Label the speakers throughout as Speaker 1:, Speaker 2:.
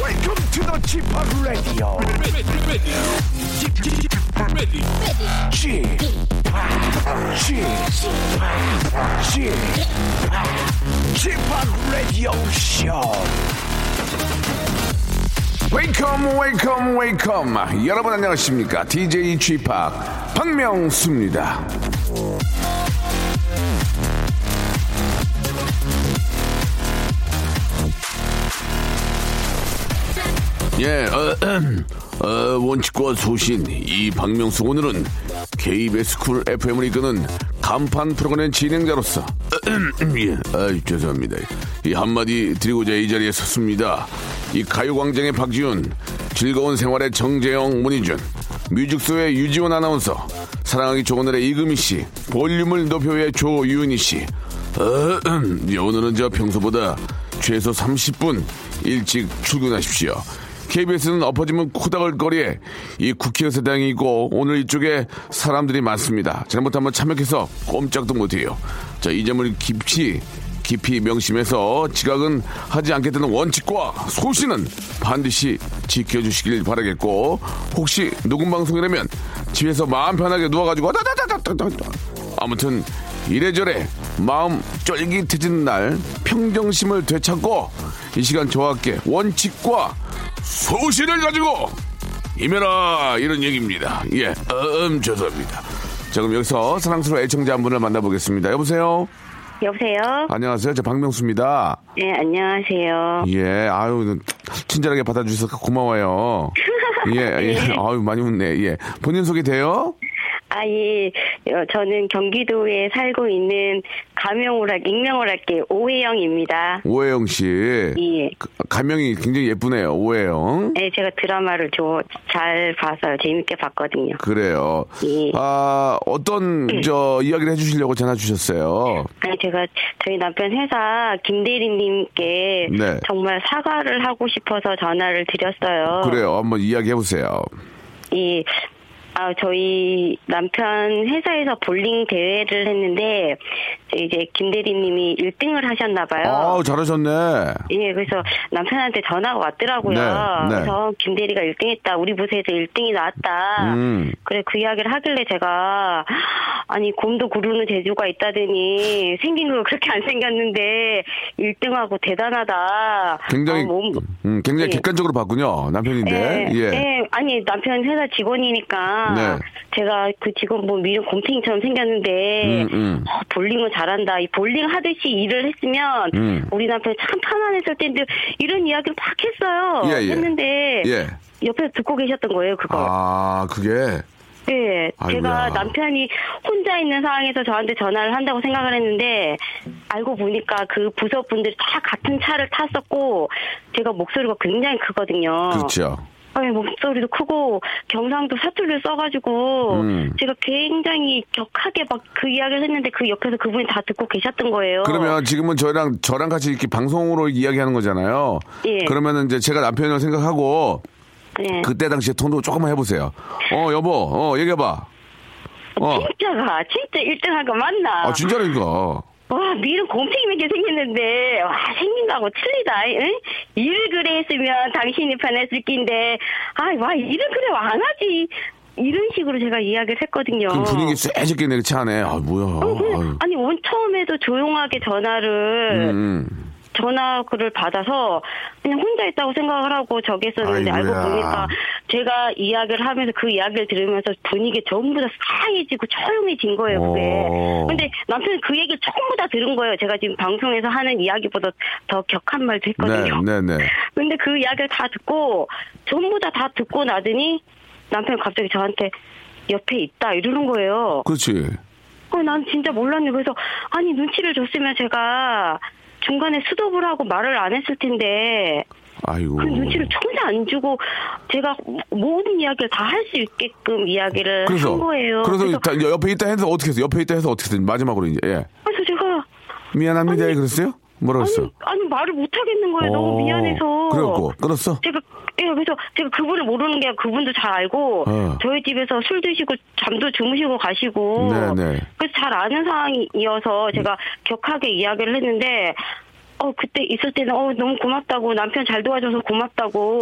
Speaker 1: Welcome to the Chip Radio. Chip Chip Chip Radio Show. Welcome, welcome, welcome. 여러분 안녕하십니까? DJ Chip 박명수입니다. 예, 어, 어, 원칙과 소신 이 박명수 오늘은 KBS 쿨 FM을 이끄는 간판 프로그램 진행자로서 예, 아, 죄송합니다. 이 한마디 드리고자 이 자리에 섰습니다. 이 가요광장의 박지훈, 즐거운 생활의 정재영, 문희준, 뮤직소의 유지원 아나운서, 사랑하기 좋은 날의 이금희 씨, 볼륨을 높여의 조유은희 씨. 어, 예, 오늘은 저 평소보다 최소 30분 일찍 출근하십시오. KBS는 엎어지면 코닥을거리에 이 국회 의사당이 있고 오늘 이쪽에 사람들이 많습니다. 잘못하면 참여해서 꼼짝도 못해요. 자, 이 점을 깊이 깊이 명심해서 지각은 하지 않겠다는 원칙과 소신은 반드시 지켜주시길 바라겠고 혹시 녹음 방송이라면 집에서 마음 편하게 누워가지고 다다다다다다 아무튼 이래저래 마음 쫄깃해진 날 평정심을 되찾고 이 시간 저와 함께 원칙과 소신을 가지고 임해라 이런 얘기입니다. 예, 음 죄송합니다. 자 그럼 여기서 사랑스러운 애청자 한 분을 만나보겠습니다. 여보세요.
Speaker 2: 여보세요?
Speaker 1: 안녕하세요. 저 박명수입니다.
Speaker 2: 네, 안녕하세요.
Speaker 1: 예, 아유 친절하게 받아주셔서 고마워요. 예, 예, 아유 많이 웃네. 예, 본인 소개 돼요?
Speaker 2: 아, 예. 어, 저는 경기도에 살고 있는 가명오락, 익명오락계 오혜영입니다.
Speaker 1: 오해영 씨.
Speaker 2: 예.
Speaker 1: 가- 가명이 굉장히 예쁘네요. 오해영.
Speaker 2: 네, 제가 드라마를 저 잘 봐서 재밌게 봤거든요.
Speaker 1: 그래요.
Speaker 2: 예. 음.
Speaker 1: 아 어떤 저 이야기를 해주시려고 전화 주셨어요.
Speaker 2: 아니, 제가 저희 남편 회사 김대리님께
Speaker 1: 네.
Speaker 2: 정말 사과를 하고 싶어서 전화를 드렸어요.
Speaker 1: 그래요. 한번 이야기 해보세요.
Speaker 2: 이 아, 저희 남편 회사에서 볼링 대회를 했는데, 이제 김대리님이 1등을 하셨나봐요.
Speaker 1: 아 잘하셨네.
Speaker 2: 예, 그래서 남편한테 전화가 왔더라고요.
Speaker 1: 네, 네.
Speaker 2: 그래서 김대리가 1등 했다. 우리 부서에서 1등이 나왔다.
Speaker 1: 음.
Speaker 2: 그래, 그 이야기를 하길래 제가, 아니, 곰도 구르는 재주가 있다더니, 생긴 거 그렇게 안 생겼는데, 1등하고 대단하다.
Speaker 1: 굉장히
Speaker 2: 어, 몸-
Speaker 1: 음, 굉장히
Speaker 2: 예.
Speaker 1: 객관적으로 봤군요. 남편인데.
Speaker 2: 예,
Speaker 1: 예.
Speaker 2: 예, 아니 남편 회사 직원이니까
Speaker 1: 네.
Speaker 2: 제가 그 직원 뭐 미련 곰탱이처럼 생겼는데
Speaker 1: 음, 음.
Speaker 2: 어, 볼링은 잘한다. 이 볼링 하듯이 일을 했으면
Speaker 1: 음.
Speaker 2: 우리 남편 참 편안했을 텐데 이런 이야기를 막 했어요.
Speaker 1: 예, 예.
Speaker 2: 했는데
Speaker 1: 예.
Speaker 2: 옆에서 듣고 계셨던 거예요 그거.
Speaker 1: 아 그게
Speaker 2: 네,
Speaker 1: 아이고야.
Speaker 2: 제가 남편이 혼자 있는 상황에서 저한테 전화를 한다고 생각을 했는데 알고 보니까 그 부서 분들이 다 같은 차를 탔었고 제가 목소리가 굉장히 크거든요.
Speaker 1: 그렇죠.
Speaker 2: 네, 목소리도 크고 경상도 사투리를 써가지고
Speaker 1: 음.
Speaker 2: 제가 굉장히 격하게 막 그 이야기를 했는데 그 옆에서 그분이 다 듣고 계셨던 거예요.
Speaker 1: 그러면 지금은 저랑 저랑 같이 이렇게 방송으로 이야기하는 거잖아요.
Speaker 2: 예.
Speaker 1: 그러면은 이제 제가 남편을 생각하고
Speaker 2: 네.
Speaker 1: 그때 당시에 톤으로 조금만 해보세요. 어 여보, 어 얘기해봐. 어,
Speaker 2: 진짜가 진짜 1등한 거 맞나?
Speaker 1: 아 진짜로 이거.
Speaker 2: 와 미는 곰탱이밖에 생겼는데 와 생긴 거하고 틀리다. 응? 일을 그래 했으면 당신이 편했을 낀데 아와 일을 그래 와, 안 하지. 이런 식으로 제가 이야기를 했거든요.
Speaker 1: 그럼 분위기 쎄지겠네 그 차 안에. 아 뭐야.
Speaker 2: 어, 그냥-
Speaker 1: 아유.
Speaker 2: 아니 원 처음에도 조용하게 전화를
Speaker 1: 음.
Speaker 2: 전화글을 받아서 그냥 혼자 있다고 생각을 하고 저기 있었는데
Speaker 1: 아이고야.
Speaker 2: 알고 보니까 제가 이야기를 하면서 그 이야기를 들으면서 분위기 전부 다 싸해지고 조용해진 거예요 그게
Speaker 1: 오.
Speaker 2: 근데 남편이 그 얘기를 전부 다 들은 거예요 제가 지금 방송에서 하는 이야기보다 더 격한 말도 했거든요
Speaker 1: 네, 네, 네.
Speaker 2: 근데 그 이야기를 다 듣고 전부 다 다 듣고 나더니 남편이 갑자기 저한테 옆에 있다 이러는 거예요
Speaker 1: 그렇지.
Speaker 2: 어, 난 진짜 몰랐네. 그래서 아니 눈치를 줬으면 제가 중간에 수dob을 하고 말을 안 했을 텐데
Speaker 1: 아이고.
Speaker 2: 그 눈치를 전혀 안 주고 제가 모든 이야기를 다 할 수 있게끔 이야기를
Speaker 1: 그래서
Speaker 2: 한 거예요.
Speaker 1: 그래서,
Speaker 2: 그래서,
Speaker 1: 다- 옆에 있다 해서 어떻게 했어요? 옆에 있다 해서 어떻게 했어요? 마지막으로 이제 예.
Speaker 2: 그래서 제가
Speaker 1: 미안합니다. 그랬어요? 뭐라고 했어요?
Speaker 2: 아니, 아니 말을 못 하겠는 거예요.
Speaker 1: 어,
Speaker 2: 너무 미안해서.
Speaker 1: 그래갖고 끊었어?
Speaker 2: 제가 예, 그래서 제가 그분을 모르는 게 아니라 그분도 잘 알고
Speaker 1: 어.
Speaker 2: 저희 집에서 술 드시고 잠도 주무시고 가시고
Speaker 1: 네, 네.
Speaker 2: 그래서 잘 아는 상황이어서 제가 격하게 이야기를 했는데 어 그때 있을 때는 어 너무 고맙다고 남편 잘 도와줘서 고맙다고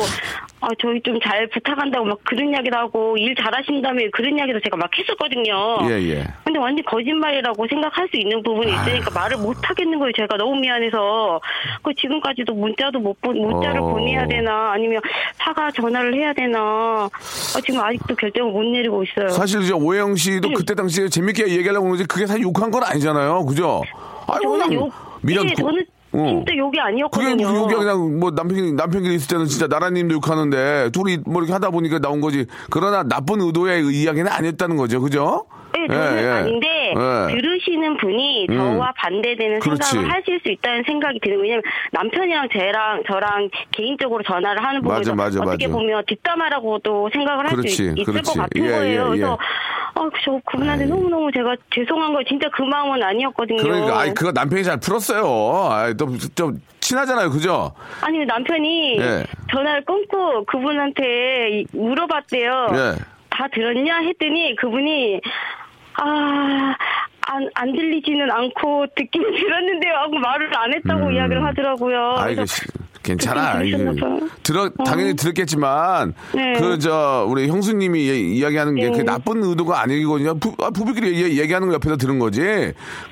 Speaker 2: 아 저희 좀 잘 부탁한다고 막 그런 이야기도 하고 일 잘하신다며 그런 이야기도 제가 막 했었거든요.
Speaker 1: 예, 예.
Speaker 2: 근데 완전 거짓말이라고 생각할 수 있는 부분이 있으니까 말을 못 하겠는 거예요. 제가 너무 미안해서 그 지금까지도 문자도 못 보, 문자를
Speaker 1: 어.
Speaker 2: 보내야 되나 아니면 사과 전화를 해야 되나 아, 지금 아직도 결정을 못 내리고 있어요.
Speaker 1: 사실 이제 오해영 씨도
Speaker 2: 네.
Speaker 1: 그때 당시에 재밌게 얘기하려고 그러지 그게 사실 욕한 건 아니잖아요. 그죠? 아니,
Speaker 2: 저는
Speaker 1: 그냥
Speaker 2: 욕,
Speaker 1: 미련
Speaker 2: 예,
Speaker 1: 그-
Speaker 2: 저는
Speaker 1: 어.
Speaker 2: 진짜 욕이
Speaker 1: 그게
Speaker 2: 아니었거든요.
Speaker 1: 욕이 그냥 뭐 남편이 남편끼리 있을 때는 진짜 나라님도 욕하는데 둘이 뭐 이렇게 하다 보니까 나온 거지. 그러나 나쁜 의도의 그 이야기는 아니었다는 거죠. 그죠?
Speaker 2: 네, 저는
Speaker 1: 예, 예.
Speaker 2: 아닌데
Speaker 1: 예. 음.
Speaker 2: 들으시는 분이 저와 반대되는
Speaker 1: 그렇지.
Speaker 2: 생각을 하실 수 있다는 생각이 드는 거예요. 왜냐면 남편이랑 쟤랑 저랑 개인적으로 전화를 하는
Speaker 1: 맞아,
Speaker 2: 부분에서
Speaker 1: 맞아,
Speaker 2: 어떻게
Speaker 1: 맞아.
Speaker 2: 보면 뒷담화라고도 생각을 할 수
Speaker 1: 그렇지,
Speaker 2: 있을
Speaker 1: 그렇지.
Speaker 2: 것 같은
Speaker 1: 예,
Speaker 2: 거예요.
Speaker 1: 예, 예.
Speaker 2: 그래서 아, 저 그분한테 너무너무 제가 죄송한 거예요. 진짜 그 마음은 아니었거든요.
Speaker 1: 그러니까 아이 그거 남편이 잘 풀었어요. 아이 또, 좀 친하잖아요. 그죠?
Speaker 2: 니 남편이
Speaker 1: 예.
Speaker 2: 전화를 끊고 그분한테 이- 물어봤대요.
Speaker 1: 예.
Speaker 2: 다 들었냐 했더니 그분이 아. 안, 안 들리지는 않고 듣긴 들었는데요 하고 말을 안 했다고 이야기를 하더라고요.
Speaker 1: 음. 아이고
Speaker 2: 어, 그래서
Speaker 1: 씨, 괜찮아.
Speaker 2: 그때
Speaker 1: 이거
Speaker 2: 들으셨나 봐요.
Speaker 1: 들어 당연히 들었겠지만
Speaker 2: 네.
Speaker 1: 그 저 우리 형수님이 얘- 이야기하는 게
Speaker 2: 네.
Speaker 1: 그게 나쁜 의도가 아니거든요. 부, 아, 부부끼리 얘기, 얘기하는 거 옆에서 들은 거지.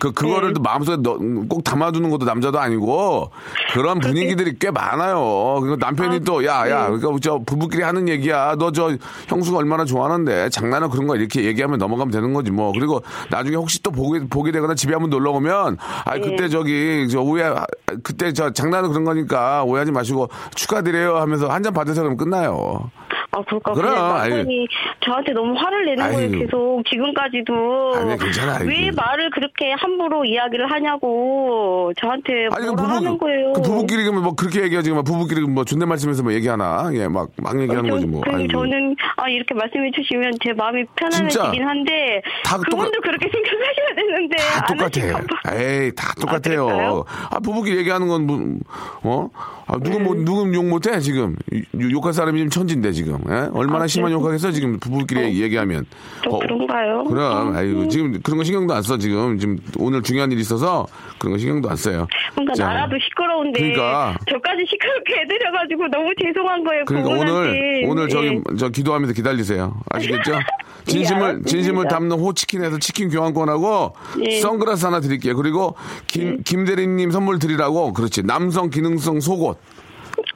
Speaker 1: 그 그거를 또 마음속에 넣- 꼭 담아두는 것도 남자도 아니고 그런 분위기들이 꽤 많아요. 그리고 남편이 또 야 야 그러니까 저 부부끼리 하는 얘기야. 너 저 형수가 얼마나 좋아하는데 장난은 그런 거 이렇게 얘기하면 넘어가면 되는 거지 뭐. 그리고 나중에 혹시 또 보게 보게 되거나 집에 한번 놀러 오면 아 그때 저기 저 오해 아, 그때 저 장난은 그런 거니까 오해하지 마시고 축하드려요 하면서 한 잔 받으세요 그럼 끝나요.
Speaker 2: 아 그럴까
Speaker 1: 그럼,
Speaker 2: 그냥 남편이 저한테 너무 화를 내는 거예요
Speaker 1: 아이고.
Speaker 2: 계속 지금까지도
Speaker 1: 아니, 괜찮아, 아이고.
Speaker 2: 왜 말을 그렇게 함부로 이야기를 하냐고 저한테
Speaker 1: 아니 그
Speaker 2: 뭐라 하는 거예요.
Speaker 1: 그 부부끼리 그러면 뭐 그렇게 얘기하지 뭐 부부끼리 뭐 존댓말 치면서 뭐 얘기하나 예 막 막 얘기하는
Speaker 2: 저-
Speaker 1: 거지 뭐.
Speaker 2: 그래서
Speaker 1: 아이고.
Speaker 2: 저는 아 이렇게 말씀해 주시면 제 마음이 편안해지긴
Speaker 1: 진짜.
Speaker 2: 한데
Speaker 1: 다
Speaker 2: 그분도
Speaker 1: 똑같-
Speaker 2: 그렇게 생각하셔야 되는데
Speaker 1: 다
Speaker 2: 안
Speaker 1: 똑같아.
Speaker 2: 하실까 봐.
Speaker 1: 에이, 다 똑같아요.
Speaker 2: 그럴까요?
Speaker 1: 아, 부부끼리 얘기하는 건, 뭐, 어? 아, 누구, 뭐,
Speaker 2: 네.
Speaker 1: 누구 욕 못해, 지금. 유- 욕할 사람이 지금 천진데, 지금. 예? 얼마나
Speaker 2: 아,
Speaker 1: 심한
Speaker 2: 그래요?
Speaker 1: 욕하겠어, 지금, 부부끼리 얘기하면.
Speaker 2: 또 그런가요?
Speaker 1: 어, 그럼,
Speaker 2: 음,
Speaker 1: 아이고, 지금 그런 거 신경도 안 써, 지금. 지금 오늘 중요한 일이 있어서 그런 거 신경도 안 써요.
Speaker 2: 뭔가
Speaker 1: 자,
Speaker 2: 나라도 시끄러운데
Speaker 1: 그러니까.
Speaker 2: 저까지 시끄럽게 해드려가지고 너무 죄송한 거예요.
Speaker 1: 그러니까 오늘,
Speaker 2: 그분한테.
Speaker 1: 오늘 저기,
Speaker 2: 예.
Speaker 1: 저 기도하면서 기다리세요. 아시겠죠? 진심을,
Speaker 2: 알았습니다.
Speaker 1: 진심을 담는 호치킨에서 치킨 교환권하고
Speaker 2: 예.
Speaker 1: 선글라스 하나 드릴게요. 그리고 김, 김대리님 선물 드리라고, 그렇지. 남성 기능성 속옷.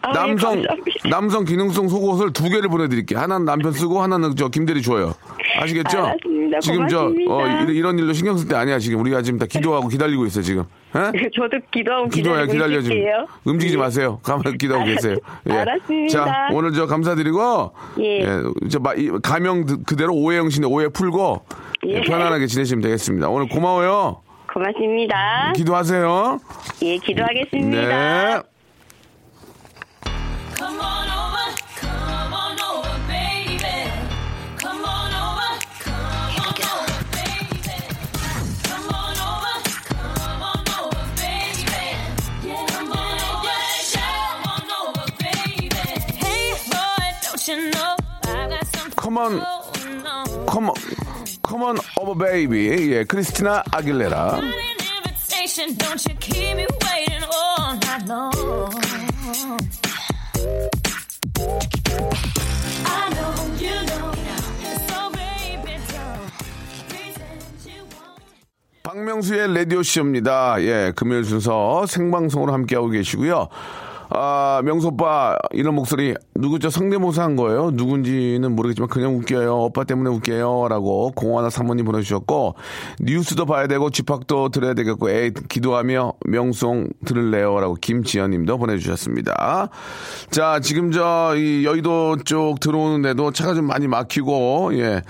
Speaker 2: 아, 예,
Speaker 1: 남성
Speaker 2: 감사합니다.
Speaker 1: 남성 기능성 속옷을 두 개를 보내드릴게. 요 하나는 남편 쓰고 하나는 저 김대리 줘요. 아시겠죠?
Speaker 2: 알았습니다.
Speaker 1: 지금 저
Speaker 2: 고맙습니다.
Speaker 1: 어, 이런, 이런 일로 신경 쓸 때 아니야 지금 우리가 지금 다 기도하고 기다리고 있어 지금. 예?
Speaker 2: 저도 기도하고
Speaker 1: 기도해요.
Speaker 2: 기다리고
Speaker 1: 기다려 지금.
Speaker 2: 있을게요.
Speaker 1: 움직이지
Speaker 2: 예.
Speaker 1: 마세요. 가만히 기도하고
Speaker 2: 알았-
Speaker 1: 계세요. 예.
Speaker 2: 알았습니다.
Speaker 1: 자, 오늘 저 감사드리고
Speaker 2: 예.
Speaker 1: 예. 저 마- 이 가명 드- 그대로 오해 형신에 오해 풀고
Speaker 2: 예.
Speaker 1: 예, 편안하게 지내시면 되겠습니다. 오늘 고마워요.
Speaker 2: 고맙습니다.
Speaker 1: 기도하세요.
Speaker 2: 예, 기도하겠습니다.
Speaker 1: 네.
Speaker 3: Come on over, come on over, baby. Come on over, come on over, baby. Come on over, come on over, baby. Come on over, come on over, baby. Hey boy, don't you know I got something
Speaker 1: Come on.
Speaker 3: going on?
Speaker 1: 컴온 컴온 오버 베이비 예 크리스티나 아길레라
Speaker 3: Got an invitation, don't you keep me waiting all night long. I know you know now, so baby don't pretend you won't.
Speaker 1: 박명수의 라디오 쇼입니다 예 금요일 순서 생방송으로 함께하고 계시고요 아, 명소빠, 이런 목소리, 누구죠? 성대모사 한 거예요? 누군지는 모르겠지만 그냥 웃겨요. 오빠 때문에 웃겨요. 라고 공화나 사모님 보내주셨고, 뉴스도 봐야 되고, 집합도 들어야 되겠고, 에이, 기도하며 명송 들을래요. 라고 김지연 님도 보내주셨습니다. 자, 지금 저, 이 여의도 쪽 들어오는데도 차가 좀 많이 막히고, 예.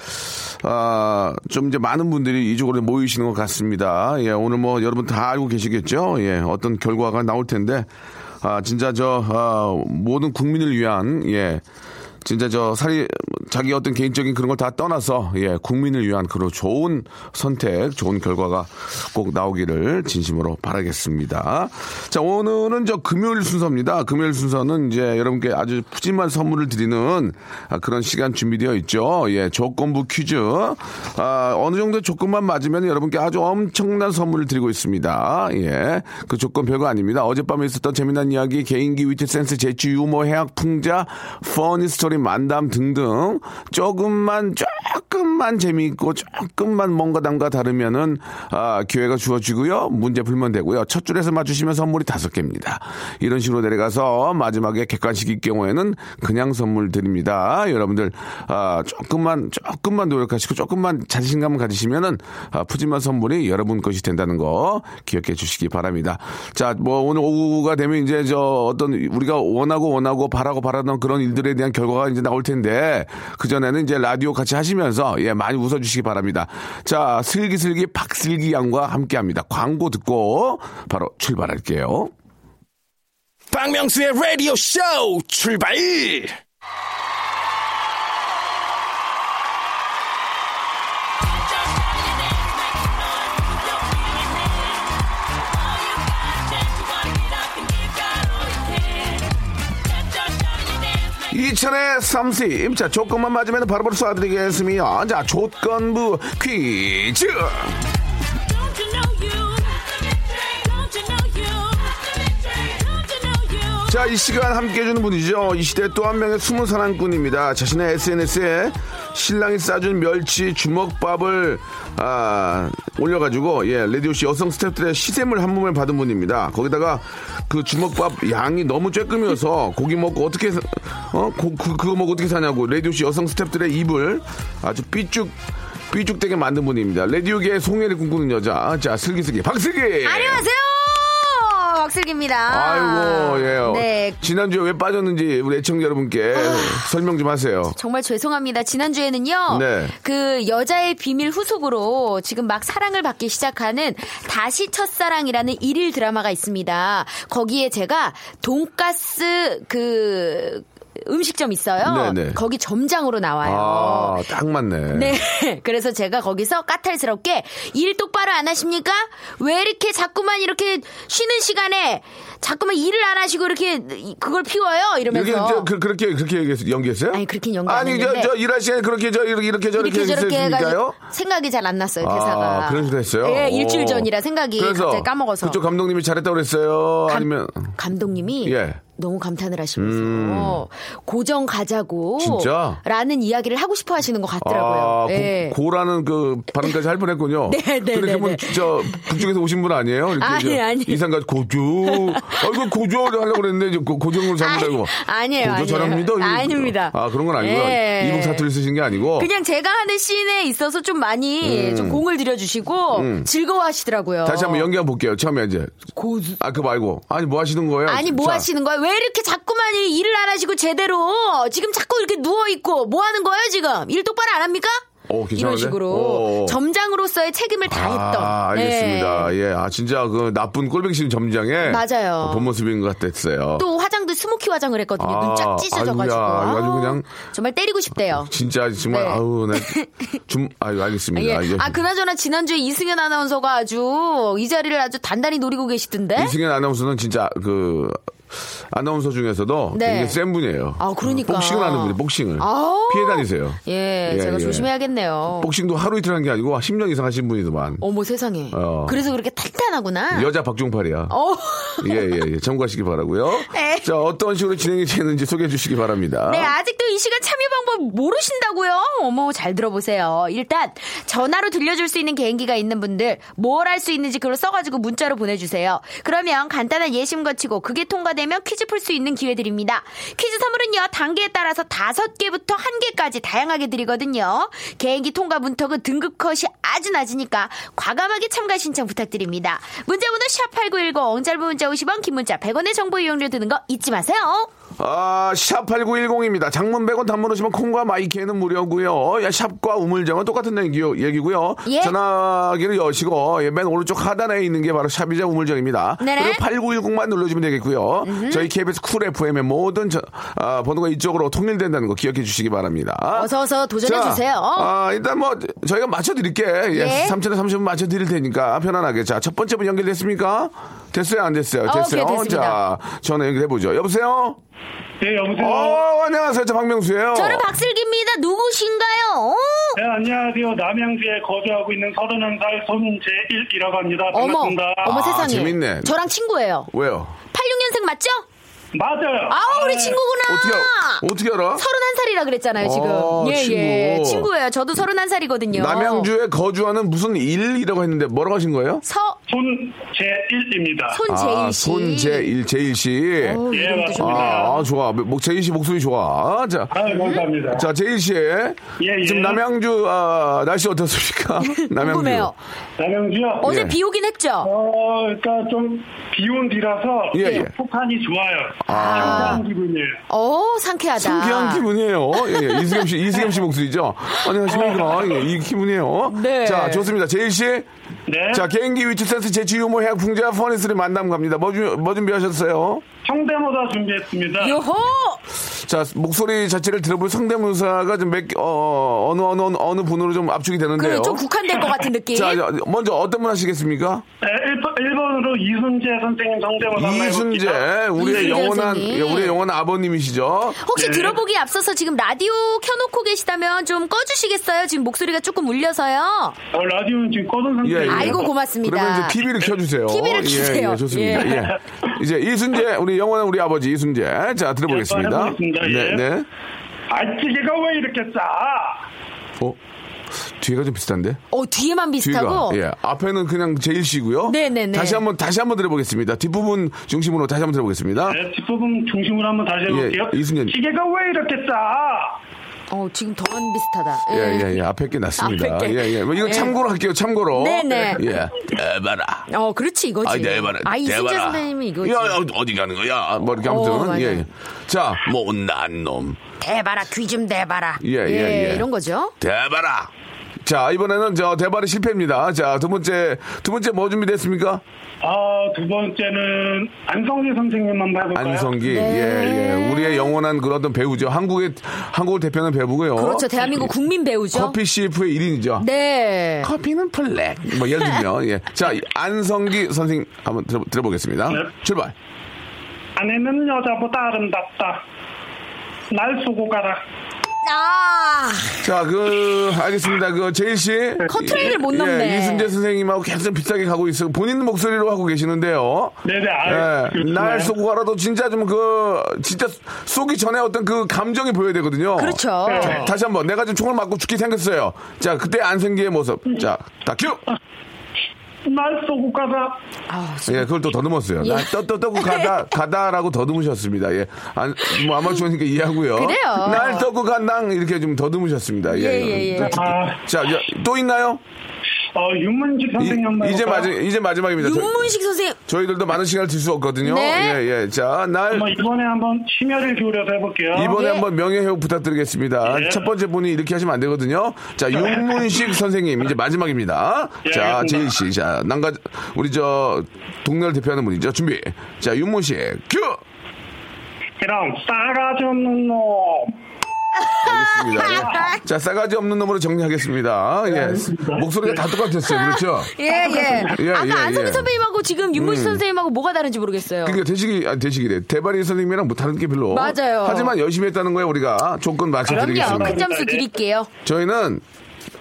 Speaker 1: 아, 좀 이제 많은 분들이 이쪽으로 모이시는 것 같습니다. 예, 오늘 뭐 여러분 다 알고 계시겠죠? 예, 어떤 결과가 나올 텐데, 아, 진짜 저, 아, 모든 국민을 위한, 예, 진짜 저 살이, 자기 어떤 개인적인 그런 걸 다 떠나서, 예, 국민을 위한 그런 좋은 선택, 좋은 결과가 꼭 나오기를 진심으로 바라겠습니다. 자, 오늘은 저 금요일 순서입니다. 금요일 순서는 이제 여러분께 아주 푸짐한 선물을 드리는 아, 그런 시간 준비되어 있죠. 예, 조건부 퀴즈. 아, 어느 정도 조건만 맞으면 여러분께 아주 엄청난 선물을 드리고 있습니다. 예. 그 조건 별거 아닙니다. 어젯밤에 있었던 재미난 이야기, 개인기, 위트 센스, 재치, 유머, 해학, 풍자, 퍼니 스토리, 만담 등등 조금만, 조금만 재미있고 조금만 뭔가 담과 다르면은 아, 기회가 주어지고요. 문제 풀면 되고요. 첫 줄에서 맞추시면 선물이 다섯 개입니다. 이런 식으로 내려가서 마지막에 객관식일 경우에는 그냥 선물 드립니다. 여러분들 아, 조금만 조금만 노력하시고 조금만 자신감을 가지시면은 아, 푸짐한 선물이 여러분 것이 된다는 거 기억해 주시기 바랍니다. 자, 뭐 오늘 오후가 되면 이제 저 어떤 우리가 원하고 원하고 바라고 바라던 그런 일들에 대한 결과가 이제 나올 텐데 그 전에는 이제 라디오 같이 하시면서 예 많이 웃어 주시기 바랍니다. 자, 슬기슬기 박슬기 양과 함께합니다. 광고 듣고 바로 출발할게요.
Speaker 4: 박명수의 라디오 쇼 출발!
Speaker 1: 이천의 삼십. 자, 조건만 맞으면 바로바로 쏴드리겠습니다. 자, 조건부 퀴즈.
Speaker 3: Don't you know you? Don't you know you? Don't you know you?
Speaker 1: 자, 이 시간 함께 해주는 분이죠. 이 시대 또 한 명의 숨은 사랑꾼입니다. 자신의 SNS에 신랑이 싸준 멸치 주먹밥을, 아, 올려가지고, 예, 레디오씨 여성 스태프들의 시샘을 한 몸에 받은 분입니다. 거기다가 그 주먹밥 양이 너무 쬐끔이어서 고기 먹고 어떻게, 사- 어? 고- 그, 그거 먹고 어떻게 사냐고. 레디오씨 여성 스태프들의 입을 아주 삐쭉, 삐죽되게 만든 분입니다. 레디오계의 송혜를 꿈꾸는 여자. 자, 슬기슬기. 박슬기!
Speaker 5: 안녕하세요. 박슬기입니다.
Speaker 1: 아이고 예.
Speaker 5: 네. 아.
Speaker 1: 지난주에 왜 빠졌는지 우리 애청자 여러분께 설명 좀 하세요.
Speaker 5: 정말 죄송합니다. 지난주에는요.
Speaker 1: 네.
Speaker 5: 그 여자의 비밀 후속으로 지금 막 사랑을 받기 시작하는 다시 첫사랑이라는 일일 드라마가 있습니다. 거기에 제가 돈가스 그 음식점 있어요.
Speaker 1: 네, 네.
Speaker 5: 거기 점장으로 나와요.
Speaker 1: 아, 딱 맞네.
Speaker 5: 네. 그래서 제가 거기서 까탈스럽게 일 똑바로 안 하십니까? 왜 이렇게 자꾸만 이렇게 쉬는 시간에 자꾸만 일을 안 하시고 이렇게 그걸 피워요?
Speaker 1: 이렇게 저,
Speaker 5: 이러면서.
Speaker 1: 그, 그렇게 그렇게 얘기했, 연기했어요?
Speaker 5: 아니, 그렇게 연기 안
Speaker 1: 아니 저,
Speaker 5: 했는데.
Speaker 1: 저 일할 시간에 그렇게 저 이렇게 이렇게 저 이렇게
Speaker 5: 이렇게 저렇게
Speaker 1: 했으니까요.
Speaker 5: 해가지고 생각이 잘 안 났어요
Speaker 1: 아,
Speaker 5: 대사가.
Speaker 1: 그런 식으로 했어요?
Speaker 5: 예,
Speaker 1: 오.
Speaker 5: 일주일 전이라 생각이 갑자기 까먹어서.
Speaker 1: 그쪽 감독님이 잘했다고 그랬어요.
Speaker 5: 감-
Speaker 1: 아니면
Speaker 5: 감독님이
Speaker 1: 예. 음.
Speaker 5: 너무 감탄을 하시면서 고정 가자고
Speaker 1: 진짜?
Speaker 5: 라는 이야기를 하고 싶어 하시는 것 같더라고요.
Speaker 1: 아,
Speaker 5: 예.
Speaker 1: 고, 라는그 발음까지 할 뻔했군요.
Speaker 5: 네, 네,
Speaker 1: 근데
Speaker 5: 네,
Speaker 1: 그분
Speaker 5: 네.
Speaker 1: 저 북쪽에서 오신 분 아니에요? 이렇게
Speaker 5: 아니,
Speaker 1: 저
Speaker 5: 아니.
Speaker 1: 이상까지 고조. 아이고 고조를 하려고 그랬는데 이제 고, 고정으로 잡는다고.
Speaker 5: 아니, 아니에요,
Speaker 1: 고조
Speaker 5: 아니에요.
Speaker 1: 잘합니다. 이거.
Speaker 5: 아닙니다.
Speaker 1: 아 그런 건 아니고
Speaker 5: 예.
Speaker 1: 이북 사투리 쓰신 게 아니고.
Speaker 5: 그냥 제가 하는 씬에 있어서 좀 많이 좀 공을 들여주시고 즐거워하시더라고요.
Speaker 1: 음. 다시 한번 연기 한번 볼게요. 처음에 이제
Speaker 5: 고-
Speaker 1: 아 그 말고 아니 뭐 하시는 거예요?
Speaker 5: 아니 뭐
Speaker 1: 자,
Speaker 5: 하시는 거야? 왜 이렇게 자꾸만 이- 일을 안 하시고 제대로 지금 자꾸 이렇게 누워 있고 뭐 하는 거예요 지금? 일 똑바로 안 합니까?
Speaker 1: 오, 괜찮은데?
Speaker 5: 이런 식으로
Speaker 1: 오, 오.
Speaker 5: 점장으로서의 책임을 다했던. 네.
Speaker 1: 아, 알겠습니다. 예, 아 진짜 그 나쁜 꼴뱅이 신 점장의
Speaker 5: 맞아요.
Speaker 1: 어, 본 모습인 것 같았어요.
Speaker 5: 또 화장도 스모키 화장을 했거든요.
Speaker 1: 아,
Speaker 5: 눈 쫙 찢어져가지고.
Speaker 1: 아이고야. 아주
Speaker 5: 아우,
Speaker 1: 그냥-
Speaker 5: 정말 때리고 싶대요.
Speaker 1: 진짜 정말
Speaker 5: 네.
Speaker 1: 아우 나좀 아유 알겠습니다.
Speaker 5: 예.
Speaker 1: 이제
Speaker 5: 아 그나저나 지난주에 이승현 아나운서가 아주 이 자리를 아주 단단히 노리고 계시던데.
Speaker 1: 이승현 아나운서는 진짜 그 아나운서 중에서도
Speaker 5: 네.
Speaker 1: 굉장히 센 분이에요.
Speaker 5: 아, 그러니까.
Speaker 1: 복싱을 하는 분이 에요 복싱을
Speaker 5: 아우.
Speaker 1: 피해 다니세요.
Speaker 5: 예,
Speaker 1: 예,
Speaker 5: 제가
Speaker 1: 예.
Speaker 5: 조심해야겠네요.
Speaker 1: 복싱도 하루 이틀 한 게 아니고 10년 이상 하신 분이더만.
Speaker 5: 어머 세상에.
Speaker 1: 어.
Speaker 5: 그래서 그렇게 탄탄하구나.
Speaker 1: 여자 박종팔이야.
Speaker 5: 어.
Speaker 1: 예, 예, 예. 참고하시기 바라고요
Speaker 5: 네.
Speaker 1: 자, 어떤 식으로 진행이 되는지 소개해 주시기 바랍니다.
Speaker 5: 네, 아직도 이 시간 참여 방법 모르신다고요? 어머, 잘 들어보세요. 일단 전화로 들려줄 수 있는 개인기가 있는 분들 뭘 할 수 있는지 그걸 써가지고 문자로 보내주세요. 그러면 간단한 예심 거치고 그게 통과되면 퀴즈 풀 수 있는 기회 드립니다. 퀴즈 선물은요 단계에 따라서 다섯 개부터 한 개까지 다양하게 드리거든요. 개인기 통과 문턱은 등급 컷이 아주 낮으니까 과감하게 참가 신청 부탁드립니다. 문자번호 샵8910 짧은 문자 50원 긴 문자 100원의 정보 이용료 드는 거 잊지 마세요.
Speaker 1: 아, 샵8910입니다. 장문 100원 단문 오시면 콩과 마이크에는 무료고요. 야, 샵과 우물정은 똑같은 얘기, 얘기고요.
Speaker 5: 예.
Speaker 1: 전화기를 여시고 예, 맨 오른쪽 하단에 있는 게 바로 샵이자 우물정입니다.
Speaker 5: 네네.
Speaker 1: 그리고 8910만 눌러주면 되겠고요. 저희 KBS 쿨 FM의 모든 저- 아, 번호가 이쪽으로 통일된다는 거 기억해 주시기 바랍니다.
Speaker 5: 어서 어서 도전해
Speaker 1: 자,
Speaker 5: 주세요.
Speaker 1: 아, 일단 뭐 저희가 맞춰드릴게. 예.
Speaker 5: 예.
Speaker 1: 3천에 30분 맞춰드릴 테니까 편안하게. 자, 첫 번째 분 연결됐습니까? 됐어요, 안 됐어요?
Speaker 5: 어,
Speaker 1: 됐어요.
Speaker 5: 오케이, 됐습니다.
Speaker 1: 자, 전화 연결해보죠. 여보세요?
Speaker 6: 네, 여보세요.
Speaker 1: 어, 안녕하세요. 저 박명수예요.
Speaker 5: 음. 저는 박슬기입니다. 누구신가요? 어?
Speaker 6: 네, 안녕하세요. 남양주에 거주하고 있는 31살 손재일이라고 합니다.
Speaker 5: 어머,
Speaker 6: 반갑습니다.
Speaker 5: 어머 세상에.
Speaker 1: 아, 재밌네.
Speaker 5: 저랑 친구예요.
Speaker 1: 왜요?
Speaker 5: 86년생 맞죠?
Speaker 6: 맞아요.
Speaker 5: 아우 우리
Speaker 6: 아,
Speaker 5: 친구구나.
Speaker 1: 네. 어떻게 어떻게 알아?
Speaker 5: 31살이라 그랬잖아요, 지금.
Speaker 1: 아,
Speaker 5: 예, 예.
Speaker 1: 친구.
Speaker 5: 친구예요. 저도 31살이거든요.
Speaker 1: 남양주에 거주하는 무슨 일이라고 했는데 뭐라고 하신 거예요?
Speaker 5: 서,
Speaker 6: 손재일입니다.
Speaker 5: 손재일
Speaker 1: 아,
Speaker 5: 씨.
Speaker 1: 손재일 제일 씨.
Speaker 5: 어,
Speaker 6: 예,
Speaker 5: 이름도
Speaker 6: 맞습니다.
Speaker 5: 좋네.
Speaker 1: 아, 좋아. 목 제일 씨 목소리 좋아. 자.
Speaker 6: 아,
Speaker 5: 음?
Speaker 6: 감사합니다.
Speaker 1: 자, 제일 씨.
Speaker 6: 예.
Speaker 1: 지금 남양주 아, 날씨 어떻습니까? 남양주.
Speaker 5: 궁금해요.
Speaker 6: 남양주요?
Speaker 5: 어제
Speaker 1: 예.
Speaker 5: 비 오긴 했죠?
Speaker 6: 어, 일단 좀 비온 뒤라서
Speaker 1: 예, 예.
Speaker 6: 폭탄이 좋아요.
Speaker 1: 아.
Speaker 6: 상쾌한 기분이에요.
Speaker 5: 어, 상쾌하다.
Speaker 1: 상쾌한 기분이에요. 예, 예. 이수겸 씨, 이수겸 씨 목소리죠? 안녕하십니까. 예, 이 기분이에요.
Speaker 5: 아. 네.
Speaker 1: 자, 좋습니다. 제일 씨.
Speaker 6: 네.
Speaker 1: 자, 개인기 위치 센스 재치 유머 해학 풍자 퍼니스를 만남 갑니다. 뭐, 준- 뭐 준비하셨어요?
Speaker 6: 성대모사 준비했습니다.
Speaker 5: 요호!
Speaker 1: 자 목소리 자체를 들어볼 성대모사가 좀 몇, 개- 어, 어느 어느 어느, 어느 분으로 좀 압축이 되는데요.
Speaker 5: 그래, 좀 국한될 것 같은 느낌.
Speaker 1: 자 자, 먼저 어떤 분 하시겠습니까?
Speaker 6: 네, 1번, 으로 이순재 선생님 성대모사 한번
Speaker 1: 이순재
Speaker 6: 해볼게요.
Speaker 1: 우리의
Speaker 5: 이순재
Speaker 1: 영원한
Speaker 5: 선생님.
Speaker 1: 예, 우리의 영원한 아버님이시죠.
Speaker 5: 혹시
Speaker 6: 네.
Speaker 5: 들어보기 앞서서 지금 라디오 켜놓고 계시다면 좀 꺼주시겠어요? 지금 목소리가 조금 울려서요.
Speaker 6: 어, 라디오는 지금 꺼둔
Speaker 1: 예, 예.
Speaker 6: 상태예요.
Speaker 5: 아이고,
Speaker 1: 그러면
Speaker 5: 고맙습니다.
Speaker 1: 이제 TV를 켜주세요.
Speaker 5: TV 를 켜주세요.
Speaker 1: 예, 예, 좋습니다. 예.
Speaker 5: 예.
Speaker 1: 이제 이순재 우리 영원한 우리 아버지 이순재 자
Speaker 6: 예, 또
Speaker 1: 들어보겠습니다.
Speaker 6: 해보겠습니다.
Speaker 1: 네
Speaker 6: 예.
Speaker 1: 네.
Speaker 6: 아찌개가 왜 이렇게 싸?
Speaker 1: 어 뒤가 좀 비슷한데.
Speaker 5: 어, 뒤에만 비슷하고.
Speaker 1: 뒤가 예 앞에는 그냥 제일 씨고요.
Speaker 5: 네네네.
Speaker 1: 다시 한번 다시 한번 들어보겠습니다. 뒷부분 중심으로 다시 한번 들어보겠습니다.
Speaker 6: 네, 뒷부분 중심으로 한번 다시 해볼게요.
Speaker 1: 예, 이순재.
Speaker 6: 시계가 왜 이렇게 싸?
Speaker 5: 어, 지금 더 안 비슷하다. 예.
Speaker 1: 예, 예, 예. 앞에 게 낫습니다.
Speaker 5: 앞에
Speaker 1: 예,
Speaker 5: 게.
Speaker 1: 예. 뭐 이거
Speaker 5: 예.
Speaker 1: 참고로 할게요, 참고로.
Speaker 5: 네네.
Speaker 1: 예. 대봐라.
Speaker 5: 어, 그렇지, 이거지.
Speaker 1: 아이, 대봐라.
Speaker 5: 아, 이순재
Speaker 1: 대봐라.
Speaker 5: 선배님이 이거지.
Speaker 1: 야, 야, 어디 가는 거야? 뭐 이렇게
Speaker 5: 어,
Speaker 1: 아무튼.
Speaker 5: 맞아요.
Speaker 1: 예, 예. 자, 못난 놈.
Speaker 5: 대봐라, 귀 좀 대봐라.
Speaker 1: 예, 예, 예.
Speaker 5: 이런 거죠.
Speaker 1: 대봐라. 자, 이번에는 저 대발이 실패입니다. 자, 두 번째, 두 번째 뭐 준비됐습니까?
Speaker 6: 아, 두 번째는 안성재 선생님 한번 해볼까요?
Speaker 1: 안성기.
Speaker 5: 네.
Speaker 1: 예, 예. 우리의 영원한 그런 어떤 배우죠. 한국의, 한국을 대표하는 배우고요.
Speaker 5: 그렇죠. 대한민국 국민 배우죠.
Speaker 1: 어? 커피 CF의 1인이죠.
Speaker 5: 네.
Speaker 1: 커피는 플랙. 뭐, 예를 들면, 예. 자, 안성기 선생님 한번 들어, 들어보겠습니다.
Speaker 6: 네.
Speaker 1: 출발.
Speaker 6: 아내는 여자보다 아름답다. 날 쏘고 가라.
Speaker 5: 아,
Speaker 1: 자, 그 알겠습니다. 그 제일 씨
Speaker 5: 네. 커트라인을 못 넘네.
Speaker 1: 예, 이순재 선생님하고 계속 비슷하게 가고 있어요. 본인 목소리로 하고 계시는데요.
Speaker 6: 네네, 아,
Speaker 1: 예,
Speaker 6: 그렇구나.
Speaker 1: 날 쏘고 가라도 진짜 좀 그 진짜 쏘기 전에 어떤 그 감정이 보여야 되거든요.
Speaker 5: 그렇죠.
Speaker 6: 네.
Speaker 1: 다시 한번 내가 지금 총을 맞고 죽기 생겼어요. 자, 그때 안생기의 모습. 자, 다 큐.
Speaker 6: 날 쏘고 가라.
Speaker 5: 아,
Speaker 1: 예, 그걸 또 더듬었어요.
Speaker 5: 예.
Speaker 1: 날떠떠떠고 가다 가다라고 더듬으셨습니다. 예, 안, 뭐 아마추어니까 이해하고요.
Speaker 5: 그래요.
Speaker 1: 날 떠고 간당 이렇게 좀 더듬으셨습니다. 예,
Speaker 5: 예, 예, 예.
Speaker 6: 아,
Speaker 1: 자, 자, 또 있나요?
Speaker 6: 어, 윤문지 선생님 한번
Speaker 1: 이, 이제
Speaker 6: 해볼까요?
Speaker 1: 마지 이제 마지막입니다.
Speaker 5: 윤문식 선생님.
Speaker 1: 저, 희들도 많은 시간을 들 수 없거든요.
Speaker 5: 네.
Speaker 1: 예, 예. 자, 날
Speaker 6: 한번 어, 이번에 한번 심혈을 기울여서 해볼게요.
Speaker 1: 이번에
Speaker 5: 예.
Speaker 1: 한번 명예회복 부탁드리겠습니다.
Speaker 6: 예.
Speaker 1: 첫 번째 분이 이렇게 하시면 안 되거든요. 자, 윤문식 선생님 이제 마지막입니다.
Speaker 6: 예,
Speaker 1: 자,
Speaker 6: 알겠습니다.
Speaker 1: 제일 씨, 자, 난가 우리 저 동네를 대표하는 분이죠. 준비. 자, 윤문식 큐.
Speaker 6: 그럼 싸가지 없는 놈.
Speaker 1: 알겠습니다. 예. 자, 싸가지 없는 놈으로 정리하겠습니다. 예. 목소리가 다 똑같았어요. 그렇죠?
Speaker 5: 예, 예.
Speaker 1: 예,
Speaker 5: 아까
Speaker 1: 예,
Speaker 5: 안성기
Speaker 1: 예.
Speaker 5: 선배님하고 지금 윤문식 선생님하고 뭐가 다른지 모르겠어요.
Speaker 1: 그러니까 대식이 아니 대식이래 대발이 선생님이랑 뭐 다른 게 별로
Speaker 5: 맞아요.
Speaker 1: 하지만 열심히 했다는 거예요 우리가 조건
Speaker 5: 그럼요.
Speaker 1: 맞춰드리겠습니다
Speaker 5: 큰 점수 드릴게요.
Speaker 1: 저희는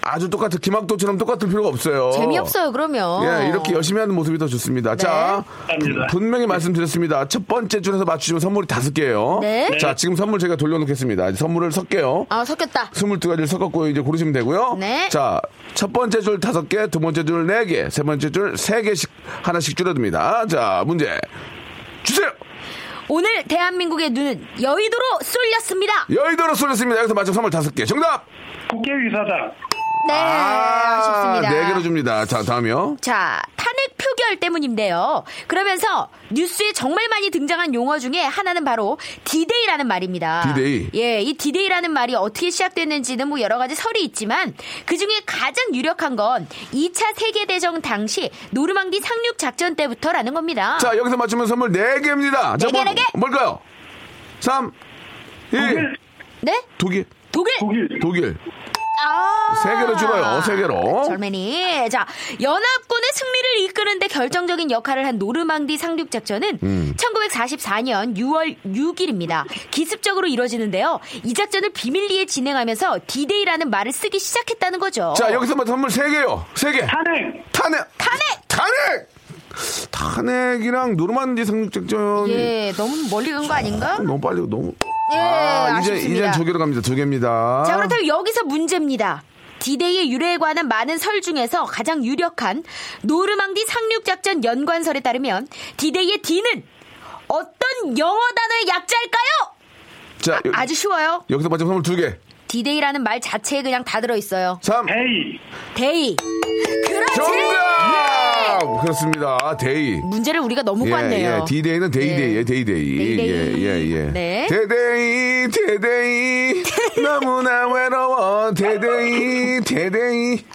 Speaker 1: 아주 똑같은 김학도처럼 똑같을 필요가 없어요.
Speaker 5: 재미없어요, 네. 그러면.
Speaker 1: 예, 이렇게 열심히 하는 모습이 더 좋습니다. 자,
Speaker 6: 감사합니다.
Speaker 1: 분명히 말씀드렸습니다. 첫 번째 줄에서 맞추시면 선물이 다섯 개예요.
Speaker 5: 네. 네.
Speaker 1: 자, 지금 선물 제가 돌려놓겠습니다. 이제 선물을 섞게요.
Speaker 5: 아, 섞였다.
Speaker 1: 22가지를 섞었고 이제 고르시면 되고요.
Speaker 5: 네.
Speaker 1: 자, 첫 번째 줄 다섯 개, 두 번째 줄 네 개, 세 번째 줄 세 개씩 하나씩 줄여듭니다. 자, 문제 주세요.
Speaker 5: 오늘 대한민국의 눈은 여의도로 쏠렸습니다.
Speaker 1: 여의도로 쏠렸습니다. 여기서 맞춰 선물 다섯 개. 정답.
Speaker 6: 국회의사당
Speaker 5: 네,
Speaker 1: 아,
Speaker 5: 아, 쉽습니다
Speaker 1: 네 개로 줍니다. 자, 다음이요.
Speaker 5: 자, 탄핵 표결 때문인데요. 그러면서 뉴스에 정말 많이 등장한 용어 중에 하나는 바로 디데이라는 말입니다.
Speaker 1: D-Day.
Speaker 5: 예, 이 디데이라는 말이 어떻게 시작됐는지는 뭐 여러 가지 설이 있지만 그중에 가장 유력한 건 2차 세계 대전 당시 노르망디 상륙 작전 때부터라는 겁니다.
Speaker 1: 자, 여기서 맞추면 선물 네개입니다 자,
Speaker 5: 네 개, 네 개.
Speaker 1: 뭘까요? 3, 1,
Speaker 6: 독일
Speaker 5: 네?
Speaker 1: 독일.
Speaker 5: 독일.
Speaker 6: 독일
Speaker 1: 독일.
Speaker 5: 아.
Speaker 1: 세 개로 줄어요, 세 개로.
Speaker 5: 절매니. 자, 연합군의 승리를 이끄는데 결정적인 역할을 한 노르망디 상륙 작전은
Speaker 1: 음.
Speaker 5: 1944년 6월 6일입니다. 기습적으로 이루어지는데요. 이 작전을 비밀리에 진행하면서 디데이라는 말을 쓰기 시작했다는 거죠.
Speaker 1: 자, 여기서 맞추면 선물 세개요세개
Speaker 6: 탄핵
Speaker 1: 탄핵.
Speaker 5: 탄핵!
Speaker 1: 탄핵! 탄핵이랑 노르만디 상륙작전.
Speaker 5: 예, 너무 멀리 간 거 아닌가?
Speaker 1: 너무 빨리, 너무.
Speaker 5: 예,
Speaker 1: 아,
Speaker 5: 아,
Speaker 1: 이제,
Speaker 5: 쉽습니다
Speaker 1: 이제 두 개로 갑니다. 두 개입니다.
Speaker 5: 자, 그렇다면 여기서 문제입니다. 디데이의 유래에 관한 많은 설 중에서 가장 유력한 노르망디 상륙작전 연관설에 따르면 디데이의 D는 어떤 영어 단어의 약자일까요?
Speaker 1: 자, 여,
Speaker 5: 아주 쉬워요.
Speaker 1: 여기서 맞추면 선물 두 개.
Speaker 5: 디데이라는 말 자체에 그냥 다 들어있어요.
Speaker 1: 3.
Speaker 6: 데이
Speaker 5: 데이. 그렇지. 네!
Speaker 1: 정답! 그렇습니다. 데이.
Speaker 5: 문제를 우리가 너무
Speaker 1: 예,
Speaker 5: 봤네요.
Speaker 1: 디데이는 데이데이, 예, 데이데이.
Speaker 5: 데이데이.
Speaker 1: 예, 예, 예.
Speaker 5: 네.
Speaker 1: 데데이, 데데이. 너무나 외로워. 데데이, 데데이.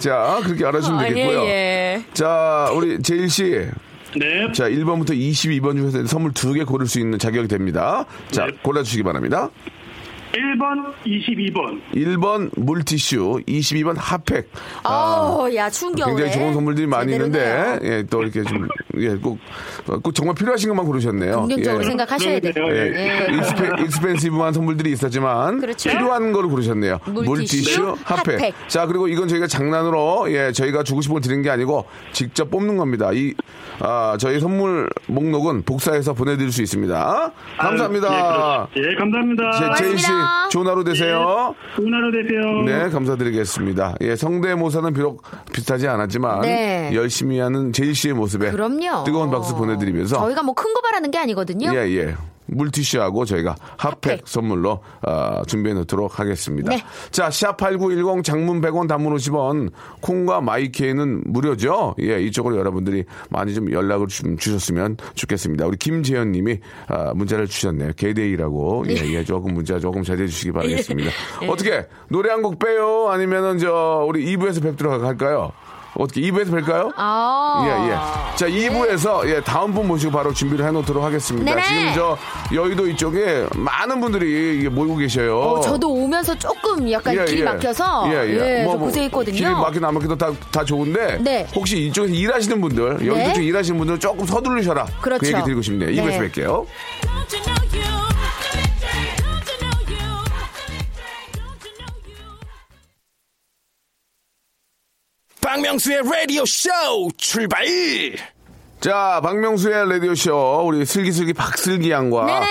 Speaker 1: 자, 그렇게 알아주면
Speaker 5: 아,
Speaker 1: 되겠고요.
Speaker 5: 예, 예.
Speaker 1: 자, 우리 제일 씨.
Speaker 6: 네
Speaker 1: 자, 1번부터 22번 중에서 선물 두 개 고를 수 있는 자격이 됩니다. 자,
Speaker 6: 네.
Speaker 1: 골라주시기 바랍니다.
Speaker 6: 1번 22번
Speaker 1: 1번 물티슈, 22번 핫팩.
Speaker 5: 아우, 야, 충격.
Speaker 1: 굉장히 좋은 선물들이 많이 있는데, 예, 또 이렇게 좀, 예, 꼭, 꼭 정말 필요하신 것만 고르셨네요.
Speaker 5: 긍정적으로
Speaker 1: 예.
Speaker 5: 생각하셔야 돼요.
Speaker 6: 그러네요, 예.
Speaker 1: 예, 익스페, 익스펜시브한 선물들이 있었지만
Speaker 5: 그렇죠.
Speaker 1: 필요한 거를 고르셨네요.
Speaker 5: 물티슈,
Speaker 1: 물티슈, 핫팩.
Speaker 5: 핫팩.
Speaker 1: 자 그리고 이건 저희가 장난으로 예 저희가 주고 싶은 걸 드린 게 아니고 직접 뽑는 겁니다. 이 아, 저희 선물 목록은 복사해서 보내드릴 수 있습니다. 감사합니다.
Speaker 6: 아유, 예, 그렇- 예 감사합니다 예,
Speaker 1: 제, 제이 씨
Speaker 5: 고맙습니다. 음.
Speaker 1: 좋은 하루 되세요.
Speaker 6: 좋은 하루 되세요
Speaker 1: 네, 감사드리겠습니다. 예, 성대모사는 비록 비슷하지 않았지만
Speaker 5: 네.
Speaker 1: 열심히 하는 제이 씨의 모습에
Speaker 5: 그럼요.
Speaker 1: 뜨거운 박수 보내드리면서
Speaker 5: 저희가 뭐 큰 거 바라는 게 아니거든요.
Speaker 1: 예, 예. 물티슈하고 저희가 핫팩,
Speaker 5: 핫팩.
Speaker 1: 선물로 아, 준비해 놓도록 하겠습니다.
Speaker 5: 네.
Speaker 1: 자, 샵8910 장문 100원 단문 50원 콩과 마이케이는 무료죠. 예, 이쪽으로 여러분들이 많이 좀 연락을 좀 주셨으면 좋겠습니다. 우리 김재현 님이 아, 문자를 주셨네요. 개데이라고.
Speaker 5: 네.
Speaker 1: 예, 예. 조금 문자 조금 자제해 주시기 바라겠습니다.
Speaker 5: 예.
Speaker 1: 어떻게 노래 한 곡 빼요? 아니면은 저 우리 2부에서 뵙도록 할까요? 어떻게 2부에서 뵐까요?
Speaker 5: 아.
Speaker 1: 예, 예. 자, 2부에서 예, 다음 분 모시고 바로 준비를 해놓도록 하겠습니다.
Speaker 5: 네네.
Speaker 1: 지금 저 여의도 이쪽에 많은 분들이 이게 모이고 계셔요.
Speaker 5: 어, 저도 오면서 조금 약간
Speaker 1: 예,
Speaker 5: 길이
Speaker 1: 예.
Speaker 5: 막혀서
Speaker 1: 예, 예.
Speaker 5: 예,
Speaker 1: 뭐,
Speaker 5: 좀
Speaker 1: 뭐,
Speaker 5: 고생했거든요.
Speaker 1: 길 막히나 안 막히도 다, 다 좋은데
Speaker 5: 네.
Speaker 1: 혹시 이쪽에서 일하시는 분들, 여의도 쪽 일하시는 분들은 조금 서두르셔라.
Speaker 5: 그렇죠.
Speaker 1: 그 얘기 드리고 싶네요. 2부에서
Speaker 5: 네.
Speaker 1: 뵐게요.
Speaker 3: Don't you know you? Don't you know you? Don't you know you?
Speaker 4: 박명수의 라디오 쇼 출발!
Speaker 1: 자, 박명수의 라디오쇼, 우리 슬기슬기 박슬기 양과
Speaker 5: 네네.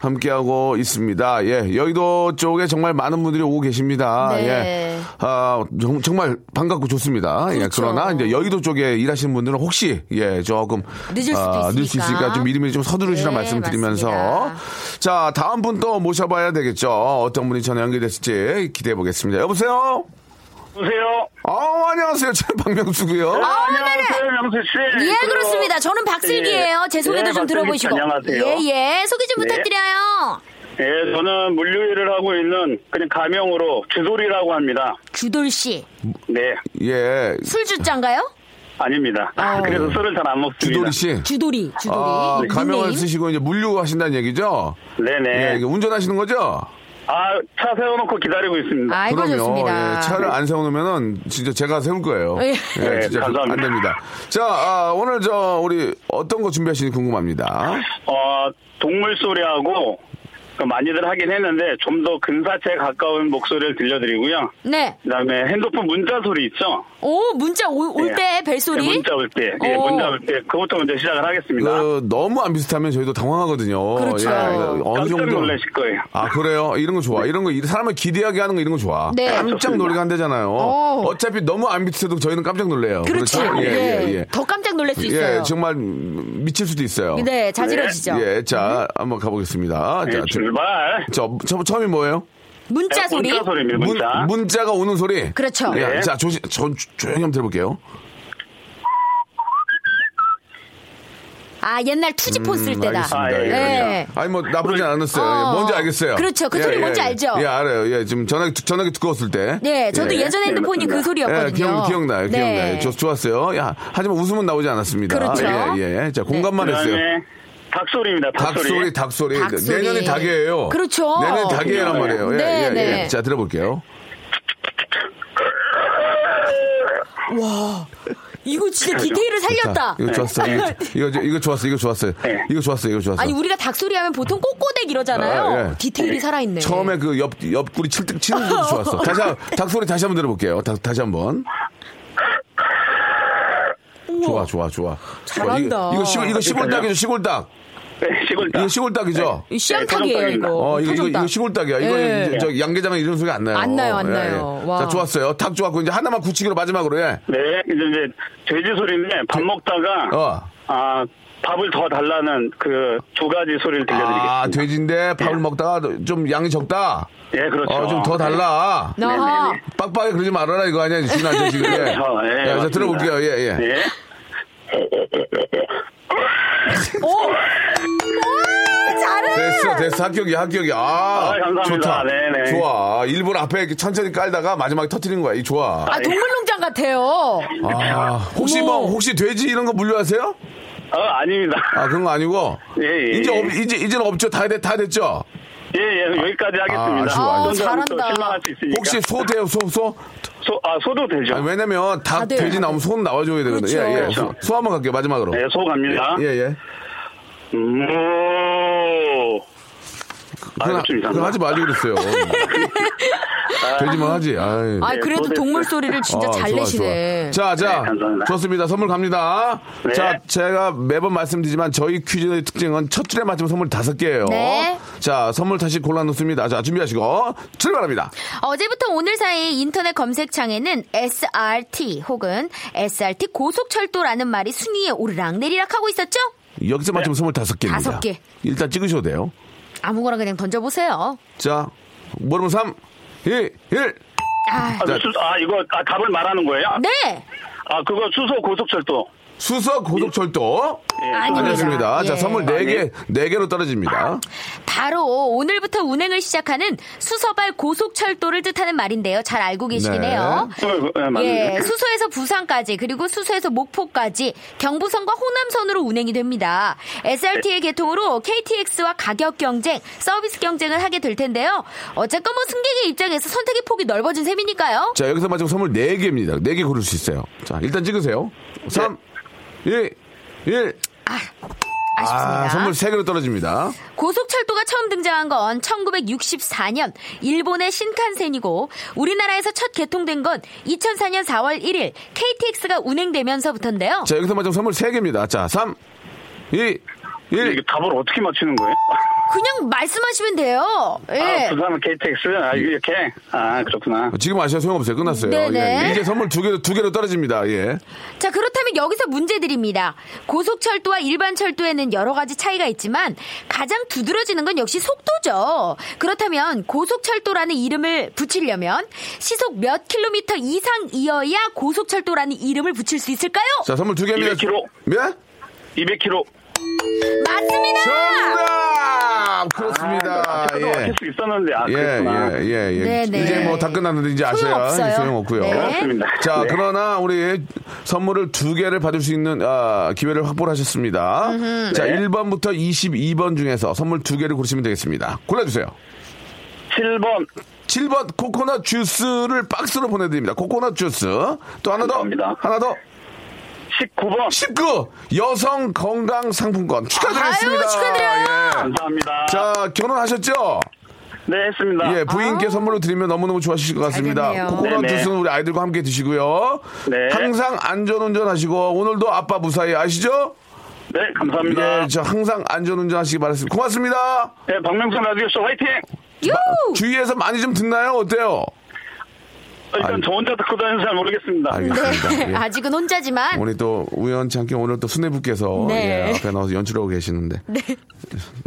Speaker 1: 함께하고 있습니다. 예, 여의도 쪽에 정말 많은 분들이 오고 계십니다.
Speaker 5: 네.
Speaker 1: 예. 아, 정, 정말 반갑고 좋습니다. 예,
Speaker 5: 그렇죠.
Speaker 1: 그러나 이제 여의도 쪽에 일하시는 분들은 혹시, 예, 조금. 아,
Speaker 5: 늦을 수도
Speaker 1: 늦을 수 있으니까
Speaker 5: 있으니까
Speaker 1: 좀 미리미리 좀 서두르시라
Speaker 5: 네,
Speaker 1: 말씀 드리면서.
Speaker 5: 맞습니다.
Speaker 1: 자, 다음 분 또 모셔봐야 되겠죠. 어떤 분이 전화 연결됐을지 기대해 보겠습니다. 여보세요?
Speaker 6: 보세요
Speaker 1: 아 안녕하세요. 저는 박명수고요
Speaker 5: 아.
Speaker 6: 안녕하세요 명수 씨
Speaker 5: 어, 예, 그렇습니다. 저는 박슬기예요. 제 소개도
Speaker 6: 예,
Speaker 5: 좀 들어보시고.
Speaker 6: 박슬기 씨, 안녕하세요.
Speaker 5: 예, 예. 소개 좀
Speaker 6: 네.
Speaker 5: 부탁드려요.
Speaker 6: 예, 저는 물류 일을 하고 있는 그냥 가명으로 주돌이라고 합니다.
Speaker 5: 주돌 씨.
Speaker 6: 네,
Speaker 1: 예.
Speaker 5: 술주잔가요?
Speaker 6: 아닙니다. 그래서 술을 잘 안 먹습니다.
Speaker 1: 주돌이 씨.
Speaker 5: 주돌이. 주돌이.
Speaker 1: 아,
Speaker 5: 닉네임.
Speaker 1: 가명을 쓰시고 이제 물류하신다는 얘기죠? 예,
Speaker 6: 네네.
Speaker 1: 이게 운전하시는 거죠?
Speaker 6: 아, 차 세워놓고 기다리고 있습니다.
Speaker 5: 아이고
Speaker 1: 그럼요.
Speaker 5: 좋습니다.
Speaker 1: 예, 차를 안 세워놓으면은 진짜 제가 세울 거예요.
Speaker 5: 예.
Speaker 1: 예,
Speaker 6: 네,
Speaker 1: 진짜 그-
Speaker 6: 감사합니다.
Speaker 1: 안 됩니다. 자, 아, 오늘 저 우리 어떤 거 준비하시는지 궁금합니다.
Speaker 6: 어, 동물 소리하고 그 많이들 하긴 했는데 좀 더 근사체에 가까운 목소리를 들려드리고요.
Speaker 5: 네.
Speaker 6: 그다음에 핸드폰 문자 소리 있죠?
Speaker 5: 오, 문자 올
Speaker 6: 예.
Speaker 5: 때 벨소리.
Speaker 6: 네, 문자 올 때. 예,
Speaker 5: 오.
Speaker 6: 문자 올 때. 그것부터 먼저 시작을 하겠습니다.
Speaker 1: 그, 너무 안 비슷하면 저희도 당황하거든요. 예,
Speaker 5: 그렇죠.
Speaker 1: 어느
Speaker 6: 깜짝
Speaker 1: 정도.
Speaker 6: 놀라실 거예요.
Speaker 1: 아 그래요? 이런 거 좋아. 이런 거 이- 사람을 기대하게 하는 거 이런 거 좋아.
Speaker 5: 네.
Speaker 1: 깜짝 놀래게 한다잖아요.
Speaker 5: 오.
Speaker 1: 어차피 너무 안 비슷해도 저희는 깜짝 놀래요.
Speaker 5: 그렇지.
Speaker 1: 그렇죠?
Speaker 5: 예,
Speaker 1: 예, 예, 예.
Speaker 5: 더 깜짝 놀랄 수 있어요.
Speaker 1: 예, 정말 미칠 수도 있어요.
Speaker 5: 네, 자지러지죠.
Speaker 1: 예, 자 한번 가보겠습니다.
Speaker 6: 예,
Speaker 1: 자,
Speaker 6: 출발. 네,
Speaker 1: 저, 저, 처음이 뭐예요? 네,
Speaker 5: 문자 소리.
Speaker 6: 문자 소리입니다. 문자.
Speaker 1: 문자가 오는 소리.
Speaker 5: 그렇죠.
Speaker 1: 예,
Speaker 6: 네.
Speaker 1: 자 조시, 저, 조용히 한번 들어볼게요.
Speaker 5: 아, 옛날 투지폰 쓸 때다.
Speaker 1: 음, 알겠습니다.
Speaker 6: 아, 예,
Speaker 1: 예,
Speaker 5: 예.
Speaker 1: 예. 아니 뭐 나쁘지 않았어요.
Speaker 5: 어.
Speaker 1: 예, 뭔지 알겠어요.
Speaker 5: 그렇죠. 그 소리 뭔지 알죠?
Speaker 1: 예, 알아요. 예, 지금 전화기 두- 전화기 두꺼웠을 때.
Speaker 5: 네, 저도 예. 전
Speaker 6: 네,
Speaker 5: 핸드폰이
Speaker 6: 맞습니다.
Speaker 5: 그 소리였거든요.
Speaker 1: 예, 기억, 기억나요, 기억나요. 예,
Speaker 5: 네.
Speaker 1: 좋, 좋았어요. 야, 하지만 웃음은 나오지 않았습니다.
Speaker 5: 그렇죠.
Speaker 1: 예, 예. 자, 공감만 했어요.
Speaker 6: 그다음에 닭소리입니다. 닭소리.
Speaker 1: 닭소리, 닭소리.
Speaker 5: 닭소리.
Speaker 1: 내년이 닭이에요.
Speaker 5: 그렇죠.
Speaker 1: 내년이 닭이란 말이에요. 예,
Speaker 5: 네,
Speaker 1: 예, 예.
Speaker 5: 네.
Speaker 1: 자, 들어볼게요.
Speaker 5: 이거 진짜 디테일을 살렸다.
Speaker 1: 이거 예, 좋았어. 이거, 이거, 이거 좋았어. 이거 좋았어요.
Speaker 6: 네.
Speaker 1: 이거 좋았어. 이거 좋았어.
Speaker 5: 아니 우리가 닭소리 하면 보통 꼬꼬댁 이러잖아요.
Speaker 1: 아, 예.
Speaker 5: 디테일이 살아있네.
Speaker 1: 처음에 그 옆, 옆구리 칠 때, 치는 것도 좋았어. 다시, 한- 닭소리 다시 한번 들어볼게요. 다, 다시 한 번. 좋아, 좋아, 좋아.
Speaker 5: 잘한다.
Speaker 1: 이거, 이거 시골, 이거 시골 닭이죠, 시골 닭.
Speaker 6: 네, 시골 닭.
Speaker 1: 이거 시골 닭이죠.
Speaker 5: 이 시암탉이에요
Speaker 6: 네,
Speaker 5: 이거.
Speaker 1: 어, 이거, 이거,
Speaker 5: 토종닭.
Speaker 1: 이거 시골닭이야. 이거
Speaker 5: 예.
Speaker 1: 이제 저 양계장은 이런 소리 안 나요.
Speaker 5: 안 나요, 안
Speaker 1: 예,
Speaker 5: 나요.
Speaker 1: 예.
Speaker 5: 와.
Speaker 1: 자, 좋았어요. 닭 좋았고, 이제 하나만 굳히기로 마지막으로, 예.
Speaker 6: 네, 이제 이제 돼지 소리인데 밥 먹다가
Speaker 1: 어.
Speaker 6: 아 밥을 더 달라는 그 두 가지 소리를 들려드리겠습니다.
Speaker 1: 아, 돼지인데 밥을
Speaker 6: 예.
Speaker 1: 먹다가 좀 양이 적다.
Speaker 6: 예, 그렇죠.
Speaker 1: 어, 좀 더 달라.
Speaker 5: 아하.
Speaker 6: 네,
Speaker 1: 빡빡하게 그러지 말아라, 이거 아니야, 준아, 저 지금. 예.
Speaker 6: 그렇죠. 예,
Speaker 1: 예, 자,
Speaker 6: 맞습니다.
Speaker 1: 들어볼게요, 예, 예.
Speaker 6: 예.
Speaker 1: 어? 됐어, 됐어. 합격이야, 합격이야. 아,
Speaker 6: 아, 감사합니다.
Speaker 1: 좋다.
Speaker 6: 네네.
Speaker 1: 좋아. 일부러 앞에 이렇게 천천히 깔다가 마지막에 터트린 거야. 이 좋아.
Speaker 5: 아 동물농장 같아요.
Speaker 1: 아, 혹시 뭐, 혹시 돼지 이런 거 물려하세요?
Speaker 6: 어, 아닙니다.
Speaker 1: 아, 그런 거 아니고.
Speaker 6: 예, 예.
Speaker 1: 이제, 없- 이제, 이제는 없죠. 다, 됐, 다 됐죠?
Speaker 6: 예, 예, 여기까지 하겠습니다.
Speaker 1: 아쉬워, 아쉬워.
Speaker 6: 어떤 사람은 또
Speaker 5: 잘한다.
Speaker 6: 실망할 수 있으니까.
Speaker 1: 혹시 소 돼요, 소, 소?
Speaker 6: 소, 아, 소도 되죠?
Speaker 1: 아니, 왜냐면 닭,
Speaker 5: 다 돼요,
Speaker 1: 돼지
Speaker 5: 다
Speaker 1: 나오면 손 나와줘야 되거든.
Speaker 5: 그렇죠.
Speaker 1: 예, 예. 소,
Speaker 6: 그렇죠.
Speaker 1: 소 한번 갈게요, 마지막으로.
Speaker 6: 네, 소 갑니다. 음,
Speaker 1: 예, 예.
Speaker 6: 무. 아,
Speaker 1: 그건,
Speaker 6: 이거
Speaker 1: 하-
Speaker 6: 좀
Speaker 1: 그건
Speaker 6: 이상하다.
Speaker 1: 하지 말지 그랬어요. 돼지만 하지. 아이.
Speaker 5: 아 그래도
Speaker 6: 네,
Speaker 5: 동물
Speaker 6: 네.
Speaker 5: 소리를 진짜
Speaker 1: 아,
Speaker 5: 잘
Speaker 1: 좋아,
Speaker 5: 내시네.
Speaker 1: 좋아. 자, 자.
Speaker 6: 네, 감사합니다.
Speaker 1: 좋습니다. 선물 갑니다.
Speaker 6: 네.
Speaker 1: 자, 제가 매번 말씀드리지만 저희 퀴즈의 특징은 첫 줄에 맞으면 선물 다섯 개예요.
Speaker 5: 네.
Speaker 1: 자, 선물 다시 골라 놓습니다. 자, 준비하시고 출발합니다.
Speaker 5: 어제부터 오늘 사이 인터넷 검색창에는 SRT 혹은 SRT 고속철도라는 말이 순위에 오르락 내리락 하고 있었죠?
Speaker 6: 네.
Speaker 1: 여기서 맞으면 선물 다섯 개입니다.
Speaker 5: 다섯 개.
Speaker 1: 일단 찍으셔도 돼요.
Speaker 5: 아무거나 그냥 던져보세요.
Speaker 1: 자, 모르면 3, 2, 1.
Speaker 5: 아,
Speaker 6: 아,
Speaker 1: 자.
Speaker 6: 수, 아, 이거 아, 답을 말하는 거예요?
Speaker 5: 네.
Speaker 6: 아, 그거 수소 고속철도.
Speaker 1: 수석 고속철도.
Speaker 6: 예, 아,
Speaker 5: 아닙니다.
Speaker 1: 알겠습니다. 자,
Speaker 5: 예.
Speaker 1: 선물 네개네개로 떨어집니다.
Speaker 5: 바로 오늘부터 운행을 시작하는 수서발 고속철도를 뜻하는 말인데요. 잘 알고 계시네요.
Speaker 6: 소- 예, 맞는데.
Speaker 5: 예, 수소에서 부산까지 그리고 수소에서 목포까지 경부선과 호남선으로 운행이 됩니다. SRT의 개통으로 KTX와 가격 경쟁, 서비스 경쟁을 하게 될 텐데요. 어쨌건 뭐 승객의 입장에서 선택의 폭이 넓어진 셈이니까요.
Speaker 1: 자, 여기서 마지막 선물 네개입니다네 개 고를 수 있어요. 자, 일단 찍으세요. 3,
Speaker 6: 네.
Speaker 1: 2, 1.
Speaker 5: 아쉽습니다.
Speaker 1: 아, 선물 세개로 떨어집니다.
Speaker 5: 고속철도가 처음 등장한 건 1964년 일본의 신칸센이고 우리나라에서 첫 개통된 건 2004년 4월 1일 KTX가 운행되면서부터인데요.
Speaker 1: 자, 여기서 마지막 선물 세개입니다 자, 3, 2,
Speaker 6: 이게
Speaker 1: 1.
Speaker 6: 답을 어떻게 맞추는 거예요?
Speaker 5: 그냥 말씀하시면 돼요. 예.
Speaker 6: 아, 부산은 KTX? 아, 이렇게? 아, 그렇구나.
Speaker 1: 지금 아시아 소용없어요. 끝났어요.
Speaker 5: 네네.
Speaker 1: 예, 이제 선물 두 개로, 두 개로 떨어집니다. 예.
Speaker 5: 자, 그렇다면 여기서 문제 드립니다. 고속철도와 일반 철도에는 여러 가지 차이가 있지만 가장 두드러지는 건 역시 속도죠. 그렇다면 고속철도라는 이름을 붙이려면 시속 몇 킬로미터 이상이어야 고속철도라는 이름을 붙일 수 있을까요?
Speaker 1: 자, 선물 두개입니다
Speaker 6: 200kg.
Speaker 1: 예?
Speaker 6: 200km.
Speaker 5: 맞습니다!
Speaker 1: 정답!
Speaker 6: 아,
Speaker 1: 그렇습니다.
Speaker 6: 저도
Speaker 1: 예.
Speaker 6: 맞출 수 있었는데, 아,
Speaker 1: 예,
Speaker 6: 그렇구나.
Speaker 1: 예, 예, 예.
Speaker 5: 네네.
Speaker 1: 이제 뭐 다 끝났는데 이제 아셔야
Speaker 5: 소용없어요.
Speaker 1: 소용없고요.
Speaker 5: 네.
Speaker 6: 그렇습니다.
Speaker 1: 자,
Speaker 6: 네.
Speaker 1: 그러나 우리 선물을 두 개를 받을 수 있는 아, 기회를 확보를 하셨습니다. 자,
Speaker 6: 네.
Speaker 1: 1번부터 22번 중에서 선물 두 개를 고르시면 되겠습니다. 골라주세요.
Speaker 6: 7번.
Speaker 1: 7번 코코넛 주스를 박스로 보내드립니다. 코코넛 주스. 또 하나 더.
Speaker 6: 감사합니다.
Speaker 1: 하나 더.
Speaker 6: 19번.
Speaker 1: 19 여성 건강 상품권 축하드리겠습니다.
Speaker 5: 아유, 축하드려요.
Speaker 1: 예.
Speaker 6: 감사합니다.
Speaker 1: 자 결혼하셨죠?
Speaker 6: 네, 했습니다.
Speaker 1: 예
Speaker 5: 아.
Speaker 1: 부인께 선물로 드리면 너무너무 좋아하실 것 같습니다.
Speaker 5: 됐네요.
Speaker 1: 코코넛
Speaker 6: 네네.
Speaker 1: 주스는 우리 아이들과 함께 드시고요.
Speaker 6: 네.
Speaker 1: 항상 안전운전 하시고 오늘도 아빠 무사히 아시죠?
Speaker 6: 네, 감사합니다.
Speaker 1: 예, 저 항상 안전운전 하시기 바랍니다. 고맙습니다.
Speaker 6: 네, 박명수 라디오쇼 화이팅!
Speaker 5: 유!
Speaker 1: 주위에서 많이 좀 듣나요? 어때요?
Speaker 6: 일단
Speaker 1: 아니.
Speaker 6: 저 혼자 듣고 다니는 잘 모르겠습니다.
Speaker 1: 알겠습니다. 예.
Speaker 5: 네. 아직은 혼자지만
Speaker 1: 우리 또 우연치 않게 오늘 또 수뇌부께서
Speaker 5: 네.
Speaker 1: 예, 앞에 나와서 연출하고 계시는데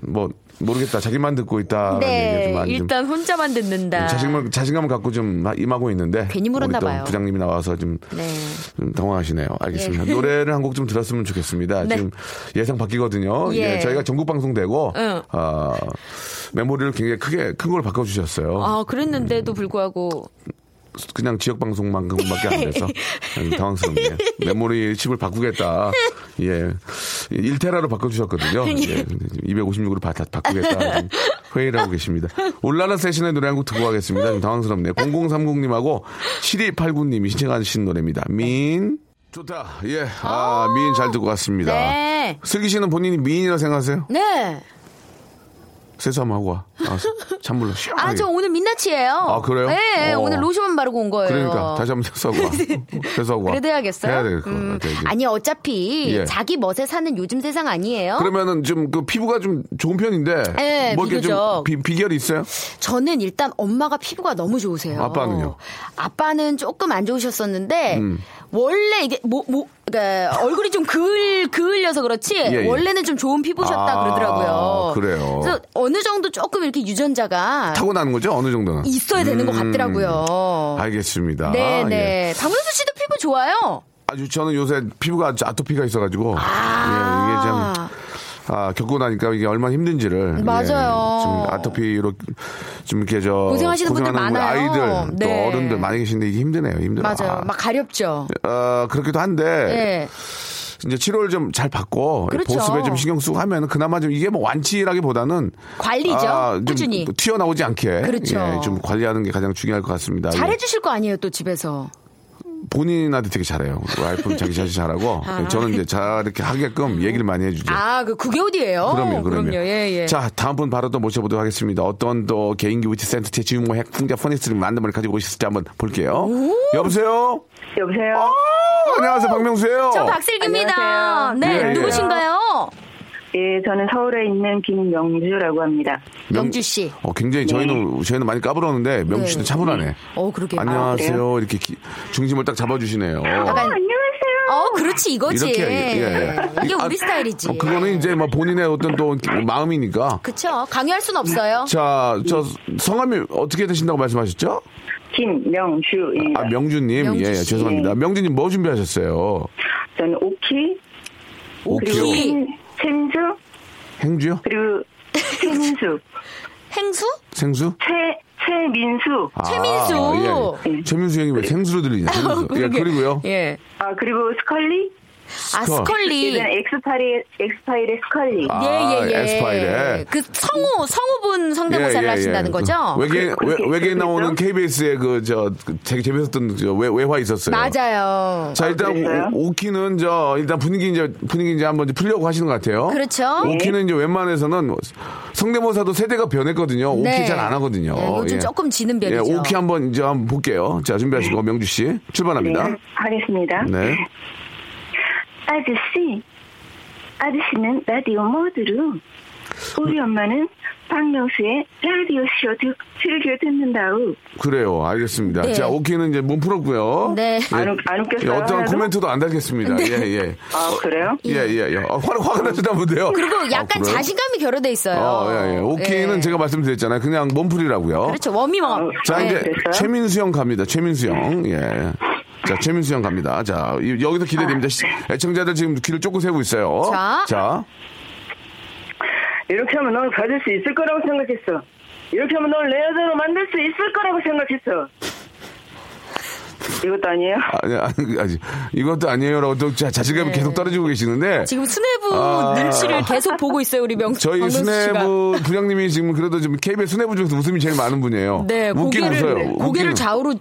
Speaker 1: 뭐 모르겠다 자기만 듣고 있다라는 얘기가
Speaker 5: 네,
Speaker 1: 좀 많이 좀
Speaker 5: 일단 혼자만 듣는다.
Speaker 1: 자신감, 자신감을 갖고 좀 임하고 있는데
Speaker 5: 괜히 물었나
Speaker 1: 우리 또
Speaker 5: 봐요.
Speaker 1: 부장님이 나와서 좀,
Speaker 5: 네. 예.
Speaker 1: 좀 당황하시네요. 알겠습니다. 노래를 한 곡 좀 들었으면 좋겠습니다.
Speaker 5: 네.
Speaker 1: 지금 예상 바뀌거든요.
Speaker 5: 예.
Speaker 1: 예, 저희가 전국 방송되고
Speaker 5: 응.
Speaker 1: 아, 메모리를 굉장히 크게 큰 걸 바꿔주셨어요.
Speaker 5: 아, 그랬는데도 불구하고
Speaker 1: 그냥 지역 방송만큼밖에 안 돼서 음, 당황스럽네요. 메모리 칩을 바꾸겠다. 예. 1테라로 바꿔주셨거든요. 예. 256으로 바, 다 바꾸겠다. 지금 회의를 하고 계십니다. 올라라 세션의 노래 한 곡 듣고 가겠습니다. 좀 당황스럽네요. 0030님하고 7289님이 신청하신 노래입니다. 미인. 좋다. 예. 아, 미인 잘 듣고 갔습니다.
Speaker 5: 네.
Speaker 1: 슬기 씨는 본인이 미인이라 생각하세요?
Speaker 5: 네.
Speaker 1: 세수 한번 하고 와. 아, 찬물로 시원하게.
Speaker 5: 아, 저 오늘 민낯이에요.
Speaker 1: 네. 아, 그래요?
Speaker 5: 네,
Speaker 1: 어.
Speaker 5: 오늘 로션만 바르고 온 거예요.
Speaker 1: 그러니까 다시 한번 세수하고 와. 세수하고 와.
Speaker 5: 그래도 해야겠어요.
Speaker 1: 해야 될 것
Speaker 5: 음,
Speaker 1: 같아요. 이제.
Speaker 5: 아니 어차피
Speaker 1: 예.
Speaker 5: 자기 멋에 사는 요즘 세상 아니에요.
Speaker 1: 그러면은 좀 그 피부가 좀 좋은 편인데
Speaker 5: 네,
Speaker 1: 뭐 이렇게 좀
Speaker 5: 비교적.
Speaker 1: 비, 비결이 있어요?
Speaker 5: 저는 일단 엄마가 피부가 너무 좋으세요.
Speaker 1: 아빠는요? 음.
Speaker 5: 아빠는 조금 안 좋으셨었는데 원래 이게 뭐 뭐 그러니까 얼굴이 좀 그을 그을려서 그렇지
Speaker 1: 예.
Speaker 5: 원래는 좀 좋은 피부셨다
Speaker 1: 아,
Speaker 5: 그러더라고요.
Speaker 1: 그래요.
Speaker 5: 서 어느 정도 조금 이렇게 유전자가
Speaker 1: 타고나는 거죠? 어느 정도는?
Speaker 5: 있어야 되는 것 같더라고요.
Speaker 1: 알겠습니다. 음. 아, 예.
Speaker 5: 네네. 박명수 씨도 피부 좋아요.
Speaker 1: 아주 저는 요새 피부가 아주 아토피가 있어가지고
Speaker 5: 아.
Speaker 1: 예, 이게 좀 아, 겪고 나니까 이게 얼마나 힘든지를 예,
Speaker 5: 맞아요.
Speaker 1: 좀 아토피로 좀 이렇게 저
Speaker 5: 고생하시는 분들
Speaker 1: 고생하는 우리
Speaker 5: 많아요.
Speaker 1: 아이들 또
Speaker 5: 네.
Speaker 1: 어른들 많이 계신데 이게 힘드네요. 힘들어.
Speaker 5: 맞아요.
Speaker 1: 아,
Speaker 5: 막 가렵죠.
Speaker 1: 어, 그렇기도 한데
Speaker 5: 네.
Speaker 1: 이제 치료를 좀 잘 받고
Speaker 5: 그렇죠.
Speaker 1: 보습에 좀 신경 쓰고 하면 그나마 좀 이게 뭐 완치라기보다는 아,
Speaker 5: 관리죠.
Speaker 1: 좀
Speaker 5: 꾸준히.
Speaker 1: 튀어나오지 않게
Speaker 5: 그렇죠.
Speaker 1: 예, 좀 관리하는 게 가장 중요할 것 같습니다. 예,
Speaker 5: 잘해주실 거 아니에요 또 집에서.
Speaker 1: 본인한테 되게 잘해요. 와이프는 자기 자신 잘하고 예, 저는 이제 잘 이렇게 하게끔 얘기를 많이 해주죠.
Speaker 5: 아, 그 그게 어디예요?
Speaker 1: 네. 그럼요, 그럼요.
Speaker 5: 예, 예.
Speaker 1: 자, 다음 분 바로 또 모셔보도록 하겠습니다. 어떤 또 개인기 위트 센터의 주인공 핵 풍자 퍼니스를 만든 분을 가지고 오셨을지 한번 볼게요. 여보세요?
Speaker 2: 여보세요?
Speaker 1: 아, 안녕하세요, 박명수예요
Speaker 5: 저 박슬기입니다.
Speaker 2: 안녕하세요.
Speaker 5: 네,
Speaker 1: 예, 예.
Speaker 5: 누구신가요?
Speaker 2: 예, 저는 서울에 있는 김명주라고 합니다.
Speaker 5: 영주 씨.
Speaker 1: 어, 굉장히 저희는 저희는 많이 까불었는데 명주 씨는
Speaker 5: 네.
Speaker 1: 차분하네.
Speaker 5: 어, 그러게요.
Speaker 1: 안녕하세요. 이렇게 기- 중심을 딱 잡아주시네요.
Speaker 5: 약간-
Speaker 2: 안녕하세요.
Speaker 5: 어, 그렇지 이거지.
Speaker 1: 이렇게 예, 예.
Speaker 5: 이게
Speaker 1: 아,
Speaker 5: 우리 스타일이지.
Speaker 1: 어, 그거는 이제 뭐 본인의 어떤 또 마음이니까.
Speaker 5: 그쵸. 강요할 순 없어요.
Speaker 1: 자, 저 성함이 어떻게 되신다고 말씀하셨죠?
Speaker 2: 김명주입니다.
Speaker 1: 아, 명주님,
Speaker 5: 명주
Speaker 1: 예, 예,
Speaker 5: 씨.
Speaker 1: 죄송합니다. 명주님 뭐 준비하셨어요?
Speaker 2: 저는 오키, 그리고
Speaker 1: 오키요.
Speaker 5: 오키.
Speaker 2: 생- 생수,
Speaker 1: 행주요?
Speaker 2: 그리고 생수,
Speaker 5: 행수?
Speaker 1: 생수?
Speaker 2: 최, 최민수,
Speaker 5: 최민수. 그
Speaker 1: 아, 예. 최민수 형이 왜 생수로 들리냐? 생수. 예,
Speaker 5: 그러게.
Speaker 1: 그리고요.
Speaker 5: 예.
Speaker 2: 아, 그리고 스컬리,
Speaker 5: 아,
Speaker 1: 스컬.
Speaker 5: 스컬리.
Speaker 2: 이건 엑스파일의, 엑스파일의 스컬리.
Speaker 1: 아,
Speaker 5: 예, 예, 예.
Speaker 1: 엑스파일에.
Speaker 5: 그 성우, 성우분 성대모사를 하신다는 거죠?
Speaker 1: 예, 외계
Speaker 2: 그렇게
Speaker 1: 외계
Speaker 2: 있었죠?
Speaker 1: 나오는 KBS의 그저 되게 재밌었던 그 저 외, 외화 있었어요.
Speaker 5: 맞아요.
Speaker 1: 자 일단
Speaker 2: 그랬어요?
Speaker 1: 오, 오키는 저 일단 분위기 이제 분위기 이제 한번 이제 풀려고 하시는 것 같아요.
Speaker 5: 그렇죠.
Speaker 1: 오키는 이제 웬만해서는 뭐 성대모사도 세대가 변했거든요.
Speaker 5: 네.
Speaker 1: 오키 잘 안 하거든요.
Speaker 5: 네, 요즘 조금 지는
Speaker 1: 예,
Speaker 5: 별이죠. 네.
Speaker 1: 오키 한번 이제 한번 볼게요. 자 준비하시고 명주 씨 출발합니다.
Speaker 2: 네, 하겠습니다.
Speaker 1: 네.
Speaker 2: 아저씨, 아저씨는 라디오 모드로, 우리 엄마는 박명수의 라디오 쇼 듣- 즐겨 듣는다우.
Speaker 1: 그래요. 알겠습니다.
Speaker 5: 네.
Speaker 1: 자 오키는 이제 몸 풀었고요. 예.
Speaker 5: 네.
Speaker 2: 안 웃- 안 웃겼어요,
Speaker 1: 어떤
Speaker 2: 하나도?
Speaker 1: 코멘트도 안 달겠습니다. 예 예.
Speaker 2: 아, 그래요?
Speaker 1: 예, 예, 예. 어, 화, 화가 나시다 본데요.
Speaker 5: 그리고
Speaker 1: 아,
Speaker 5: 약간
Speaker 1: 그래요?
Speaker 5: 자신감이 결여돼 있어요.
Speaker 1: 어, 예, 예. 오키는
Speaker 5: 예.
Speaker 1: 제가 말씀드렸잖아요. 그냥 몸풀이라고요.
Speaker 5: 그렇죠. 워밍업.
Speaker 1: 자,
Speaker 5: 예.
Speaker 1: 이제
Speaker 2: 됐어요?
Speaker 1: 최민수 형 갑니다. 최민수 형. 예. 자, 최민수 형 갑니다. 자, 이- 여기서 기대됩니다. 시- 애청자들 지금 귀를 쫑긋 세우고 있어요.
Speaker 5: 아, 자.
Speaker 2: 이렇게 하면 넌 가질 수 있을 거라고 생각했어. 이렇게 하면 넌 내 여자로 만들 수 있을 거라고 생각했어. 이것도 아니에요?
Speaker 1: 아니, 그, 아니, 아니, 이것도 아니에요라고 또 자, 자신감이 계속 떨어지고 계시는데.
Speaker 5: 네. 지금 스네부
Speaker 1: 아.
Speaker 5: 눈치를 계속 보고 있어요 우리 명
Speaker 1: 저희
Speaker 5: 박명수 씨가.
Speaker 1: 수뇌부 부장님이 지금 그래도 지금 KBS 수뇌부 중에서 웃음이 제일 많은 분이에요.
Speaker 5: 네
Speaker 1: 웃긴
Speaker 5: 고개를
Speaker 1: 웃어요. 웃긴
Speaker 5: 고개를
Speaker 1: 웃-
Speaker 5: 좌우로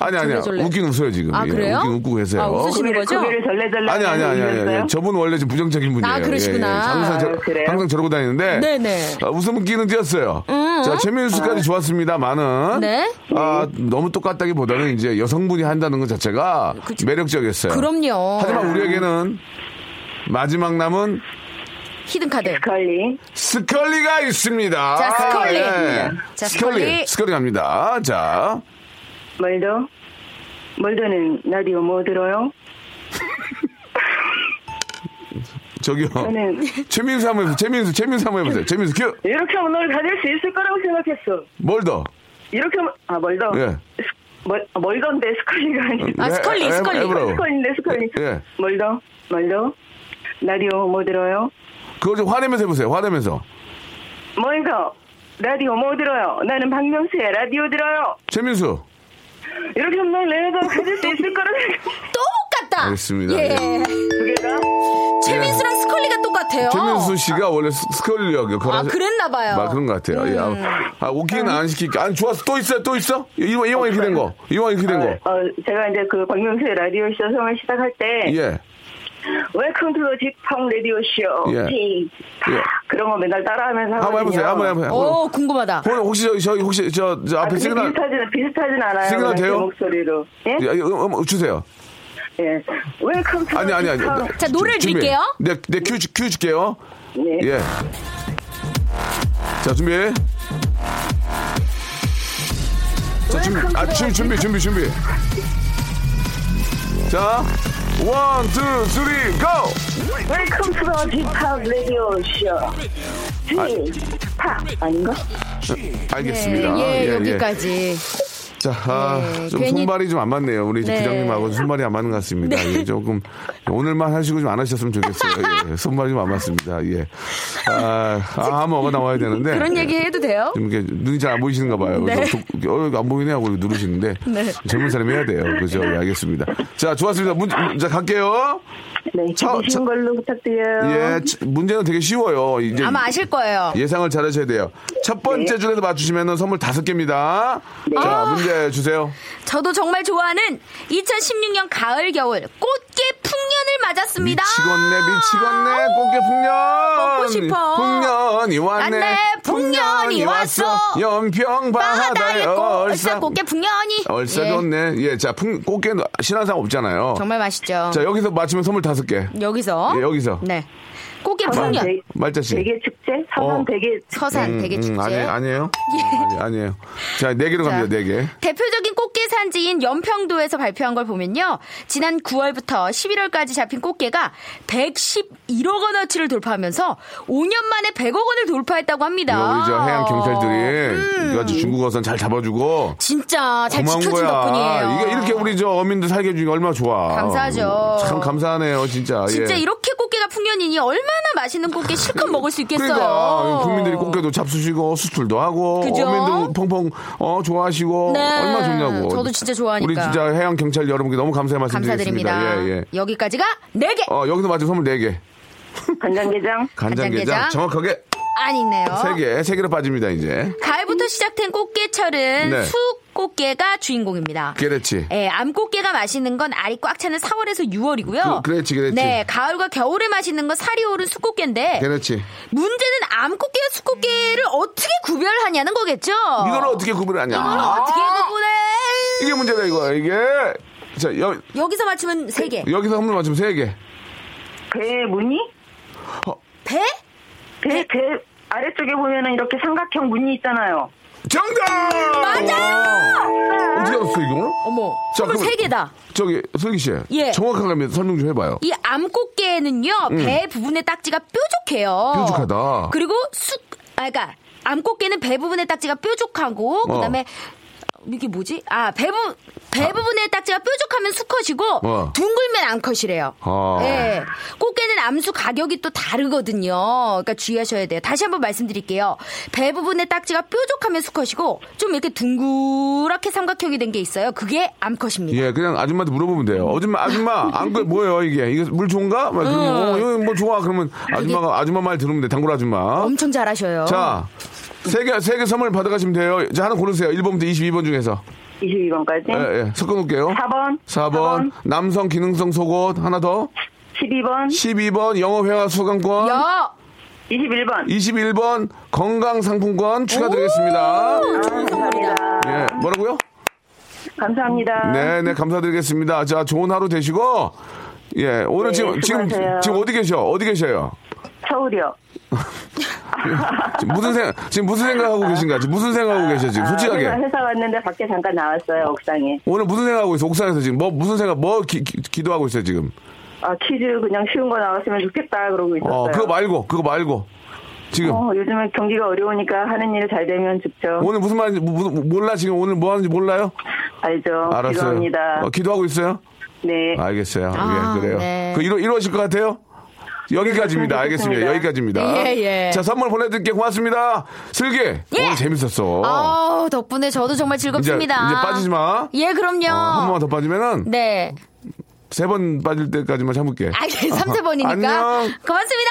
Speaker 1: 아니 아니야.
Speaker 5: 졸래졸래.
Speaker 1: 웃긴 웃어요 지금.
Speaker 5: 아,
Speaker 1: 예,
Speaker 5: 그래요?
Speaker 1: 웃긴 웃고 계세요.
Speaker 5: 아, 웃으시는
Speaker 2: 고개를,
Speaker 5: 거죠?
Speaker 2: 고개를 절레절레
Speaker 1: 아니 아니 아니 아니, 아니.
Speaker 2: 하면서
Speaker 1: 저분 원래 좀 부정적인 분이에요.
Speaker 5: 아, 그러시구나.
Speaker 1: 예, 예. 항상 저,
Speaker 2: 아유, 그래요?
Speaker 1: 항상 저러고 다니는데.
Speaker 5: 네네. 어.
Speaker 1: 아, 웃음은 끼는 띄었어요. 자 최민수까지 좋았습니다. 많은.
Speaker 5: 네.
Speaker 1: 아 너무 똑같다기보다는 이제 여성분이 한다는 것 자체가 매력적이었어요.
Speaker 5: 그럼요.
Speaker 1: 하지만 우리에게는 마지막 남은
Speaker 5: 히든카드.
Speaker 2: 걸리.
Speaker 1: 스컬리가 있습니다.
Speaker 5: 자, 스컬리.
Speaker 1: 예.
Speaker 5: 자,
Speaker 1: 스컬리.
Speaker 5: 스컬리.
Speaker 1: 스컬리 갑니다. 자.
Speaker 2: 멀도? 멀도는 라디오 뭐 들어요?
Speaker 1: 저기요.
Speaker 2: 저는
Speaker 1: 최민수 한번 해보세요. 최민수, 최민수 한번 해보세요. 최민수 큐.
Speaker 2: 이렇게 하면 널 가질 수 있을 거라고 생각했어.
Speaker 1: 뭘 더?
Speaker 2: 이렇게 하면 아 멀더.
Speaker 1: 예.
Speaker 2: 스- 멀 멀던데 스컬리가 아니라
Speaker 5: 아,
Speaker 1: 해-
Speaker 5: 스컬리,
Speaker 1: 해-
Speaker 5: 스컬리.
Speaker 1: 해보라고.
Speaker 2: 스컬리인데 스컬리.
Speaker 1: 예.
Speaker 2: 멀더 멀더 라디오 뭐 들어요?
Speaker 1: 그거 좀 화내면서 해보세요. 화내면서.
Speaker 2: 멀더 라디오 뭐 들어요? 나는 박명수의 라디오 들어요.
Speaker 1: 최민수.
Speaker 2: 이렇게 하면 널 내가 가질 수 있을 거라고 생각.
Speaker 5: 똑같다.
Speaker 1: 알겠습니다.
Speaker 5: 예.
Speaker 2: 두 개가
Speaker 5: 최민수랑 스컬리가 똑같아요.
Speaker 1: 예. 최민수 씨가 원래 스- 스컬리 역을
Speaker 5: 아,
Speaker 1: 하시-
Speaker 5: 그랬나 봐요. 음.
Speaker 1: 막 그런 것 같아요. 예, 아, 아, 오기는 안 시킬게. 안 좋았어. 또 있어요. 또 있어? 이왕, 이왕 이렇게 된 거. 이왕 이렇게 된 거.
Speaker 2: 어, 어, 제가 이제 그 박명수의 라디오 쇼 성을 시작할 때
Speaker 1: 예.
Speaker 2: 웰컴 투 더 딥팡 라디오 쇼.
Speaker 1: 예.
Speaker 2: 딥팡.
Speaker 1: 예.
Speaker 2: 그런 거 맨날 따라하면서
Speaker 1: 한번 해보세요. 한번 해보세요.
Speaker 5: 오, 어, 궁금하다.
Speaker 1: 혹- 혹시 저, 저 혹시 저, 저
Speaker 2: 아,
Speaker 1: 앞에
Speaker 2: 근데
Speaker 1: 시그널
Speaker 2: 비슷하진, 비슷하진 않아요.
Speaker 1: 시그널
Speaker 2: 그냥 제
Speaker 1: 돼요?
Speaker 2: 목소리로. 예?
Speaker 1: 예, 예, 음, 음, 주세요.
Speaker 2: 예. 웰컴 투
Speaker 1: 아니 아니 아니.
Speaker 5: 자, 노래를 드릴게요.
Speaker 1: 네네큐 큐 줄게요.
Speaker 2: 네.
Speaker 1: 예. 자 준비. 자 준비. 아 준비 준비 준비 준비. 자 원, 투, 쓰리, 고!
Speaker 2: 웰컴 투 더 딥팡 라디오 쇼. 딥팡. 아닌가?
Speaker 1: 알겠습니다.
Speaker 5: 예, 여기까지.
Speaker 1: 자, 아,
Speaker 5: 네,
Speaker 1: 좀
Speaker 5: 괜히-
Speaker 1: 손발이 좀 안 맞네요. 우리
Speaker 5: 네.
Speaker 1: 부장님하고 손발이 안 맞는 것 같습니다. 예, 조금 오늘만 하시고 좀 안 하셨으면 좋겠어요. 예, 손발이 좀 안 맞습니다. 예. 아, 아, 암호가 나와야 되는데.
Speaker 5: 그런
Speaker 1: 예.
Speaker 5: 얘기 해도 돼요?
Speaker 1: 좀 이렇게 눈이 잘 안 보이시는가 봐요.
Speaker 5: 네.
Speaker 1: 그래서 독- 어, 이거 안 보이네 하고 누르시는데 젊은 사람이 해야 돼요. 그죠? 예, 알겠습니다. 자, 좋았습니다. 문, 자, 갈게요.
Speaker 2: 네.
Speaker 1: 차- 차-
Speaker 2: 주신 걸로 부탁드려요.
Speaker 1: 예, 치- 문제는 되게 쉬워요. 이제
Speaker 5: 네. 아마 아실 거예요.
Speaker 1: 네. 예상을 잘 하셔야 돼요. 첫 번째 줄에서 맞추시면 선물 다섯 개입니다.
Speaker 5: 아.
Speaker 1: 자, 문제 주세요.
Speaker 5: 저도 정말 좋아하는 2016년 가을 겨울 꽃게 풍년을 맞았습니다.
Speaker 1: 미치겠네, 미치겠네, 꽃게 풍년.
Speaker 5: 먹고 싶어.
Speaker 1: 풍년이 왔네.
Speaker 5: 왔네, 풍년이 왔어.
Speaker 1: 연평 바다에
Speaker 5: 바다의
Speaker 1: 얼싸.
Speaker 5: 아, 꽃, 꽃게 풍년이.
Speaker 1: 얼싸
Speaker 5: 예,
Speaker 1: 좋네. 예, 자, 풍, 꽃게 신화상 없잖아요.
Speaker 5: 정말 맛있죠.
Speaker 1: 자, 여기서 맞추면 선물 다섯 개.
Speaker 5: 여기서.
Speaker 1: 예, 여기서.
Speaker 5: 어. 네. 꽃게
Speaker 2: 서산
Speaker 5: 풍년.
Speaker 2: 대-
Speaker 1: 말자 씨.
Speaker 2: 네. 대게 축제? 서산
Speaker 1: 어.
Speaker 2: 대게
Speaker 5: 서산 대게 축제. 예.
Speaker 1: 아니, 아니에요. 음, 아니, 아니에요. 자, 네 개로 갑니다, 네 개.
Speaker 5: 대표적인 꽃게 산지인 연평도에서 발표한 걸 보면요. 지난 9월부터 11월까지 잡힌 꽃게가 111억 원어치를 돌파하면서 5년 만에 100억 원을 돌파했다고 합니다.
Speaker 1: 우리 저
Speaker 5: 어.
Speaker 1: 해양 경찰들이 아주 중국 어선 잘 잡아주고
Speaker 5: 진짜 음. 잘
Speaker 1: 고마운
Speaker 5: 지켜준
Speaker 1: 거야.
Speaker 5: 덕분이에요.
Speaker 1: 이게 이렇게 우리 저 어민들 살게 해주니 얼마나 좋아. 음,
Speaker 5: 감사하죠.
Speaker 1: 참 감사하네요, 진짜.
Speaker 5: 진짜
Speaker 1: 예.
Speaker 5: 이렇게 꽃게가 풍년이니 얼마나 맛있는 꽃게 실컷 먹을 수 있겠어요.
Speaker 1: 그러니까 국민들이 꽃게도 잡수시고 수출도 하고
Speaker 5: 그죠?
Speaker 1: 어민들 펑펑 어 좋아하시고
Speaker 5: 네.
Speaker 1: 얼마나 좋냐고.
Speaker 5: 저도 진짜 좋아하니까.
Speaker 1: 우리 진짜 해양 경찰 여러분께 너무 감사의 말씀드리겠습니다.
Speaker 5: 감사드립니다.
Speaker 1: 예, 예.
Speaker 5: 여기까지가 네개
Speaker 1: 어, 여기서 맞은 선물 4개.
Speaker 2: 간장게장.
Speaker 1: 간장게장.
Speaker 5: 간장게장. 어?
Speaker 1: 정확하게
Speaker 5: 아니네요.
Speaker 1: 3개. 3개로 빠집니다, 이제.
Speaker 5: 가을부터 시작된 꽃게철은
Speaker 1: 네.
Speaker 5: 수꽃게가 주인공입니다.
Speaker 1: 그렇지.
Speaker 5: 예, 암꽃게가 맛있는 건 알이 꽉 차는 4월에서 6월이고요.
Speaker 1: 그- 그렇지, 그렇지.
Speaker 5: 네, 가을과 겨울에 맛있는 건 살이 오른 수꽃게인데
Speaker 1: 그렇지.
Speaker 5: 문제는 암꽃게와 수꽃게를 어떻게 구별하냐는 거겠죠.
Speaker 1: 이걸 어떻게 구별하냐.
Speaker 5: 이걸 어떻게
Speaker 1: 아!
Speaker 5: 구분해?
Speaker 1: 이게 문제다, 이거. 이게. 자, 여,
Speaker 5: 여기서 맞추면 세 개.
Speaker 1: 여기서 선물 맞으면 3개.
Speaker 2: 배 무늬?
Speaker 5: 배?
Speaker 2: 배, 배 아래쪽에 보면은 이렇게 삼각형 무늬 있잖아요.
Speaker 1: 정답! 맞아요! 어떻게 알았어, 이걸?
Speaker 5: 어머,
Speaker 1: 자,
Speaker 5: 선물
Speaker 1: 그럼-
Speaker 5: 세 개다.
Speaker 1: 저기, 슬기 씨.
Speaker 5: 예.
Speaker 1: 정확하게 설명 좀 해봐요.
Speaker 5: 이 암꽃게는요 배 부분의 딱지가 뾰족해요.
Speaker 1: 음. 뾰족하다.
Speaker 5: 그리고 쑥, 아, 그러니까 암꽃게는 배 부분의 딱지가 뾰족하고
Speaker 1: 어.
Speaker 5: 그다음에 이게 뭐지? 아, 배 부분 배 부분의 딱지가 뾰족하면 수컷이고
Speaker 1: 어.
Speaker 5: 둥글면 암컷이래요.
Speaker 1: 아.
Speaker 5: 예. 꽃게는 암수 가격이 또 다르거든요. 그러니까 주의하셔야 돼요. 다시 한번 말씀드릴게요. 배 부분의 딱지가 뾰족하면 수컷이고 좀 이렇게 둥그랗게 삼각형이 된 게 있어요. 그게 암컷입니다.
Speaker 1: 예, 그냥 아줌마한테 물어보면 돼요. 아줌마, 아줌마, 안그 뭐예요 이게? 이거 물 좋은가? 막 그러면 어, 이거 뭐 좋아? 그러면 아줌마가 아줌마 말 들으면 돼. 단골 아줌마.
Speaker 5: 엄청 잘하셔요.
Speaker 2: 어.
Speaker 1: 자, 세 개 세 개 선물 받아가시면 돼요. 자, 하나 고르세요. 1번부터 22번 중에서.
Speaker 2: 22번까지.
Speaker 1: 예, 예. 섞어놓을게요.
Speaker 2: 네. 4번.
Speaker 1: 4번. 남성 기능성 속옷. 하나 더.
Speaker 2: 12번.
Speaker 1: 12번. 영어회화 수강권.
Speaker 5: 여
Speaker 2: 21번.
Speaker 1: 21번. 건강상품권 추가드리겠습니다.
Speaker 2: 감사합니다.
Speaker 1: 예. 뭐라고요?
Speaker 2: 감사합니다.
Speaker 1: 네, 네, 감사드리겠습니다. 자, 좋은 하루 되시고, 예, 오늘
Speaker 2: 네,
Speaker 1: 지금, 지금,
Speaker 2: 수고하세요.
Speaker 1: 지금 어디 계셔? 어디 계셔요?
Speaker 2: 서울이요.
Speaker 1: 지금 무슨 생각, 지금 무슨 생각하고 계신가? 지금 무슨 생각하고 계셔, 지금? 솔직하게.
Speaker 2: 아, 회사, 회사 왔는데 밖에 잠깐 나왔어요, 옥상에.
Speaker 1: 오늘 무슨 생각하고 있어? 옥상에서 지금 뭐, 무슨 생각, 뭐 기, 도하고 있어요, 지금?
Speaker 2: 아, 퀴즈 그냥 쉬운 거 나왔으면 좋겠다, 그러고 있었어요.
Speaker 1: 어, 그거 말고, 그거 말고. 지금.
Speaker 2: 어, 요즘에 경기가 어려우니까 하는 일 잘 되면 좋죠.
Speaker 1: 오늘 무슨 말인지 모- 모- 몰라 지금 오늘 뭐 하는지 몰라요?
Speaker 2: 알죠.
Speaker 1: 알았어요.
Speaker 2: 기도합니다.
Speaker 1: 어, 기도하고 있어요?
Speaker 2: 네.
Speaker 1: 알겠어요.
Speaker 5: 아,
Speaker 1: 예, 그래요.
Speaker 5: 네.
Speaker 1: 그 이루, 이루어질 것 같아요? 여기까지입니다.
Speaker 2: 네,
Speaker 1: 알겠습니다.
Speaker 2: 좋습니다.
Speaker 1: 여기까지입니다.
Speaker 5: 예, 예.
Speaker 1: 자, 선물 보내드릴게 고맙습니다. 슬기. 오늘 재밌었어.
Speaker 5: 아우 덕분에 저도 정말 즐겁습니다.
Speaker 1: 이제- 이제 빠지지 마.
Speaker 5: 예, 그럼요.
Speaker 1: 어, 한 번만 더 빠지면은
Speaker 5: 네.
Speaker 1: 세 번 빠질 때까지만 참을게.
Speaker 5: 아, 예, 3세 번이니까.
Speaker 1: 안녕.
Speaker 5: 고맙습니다.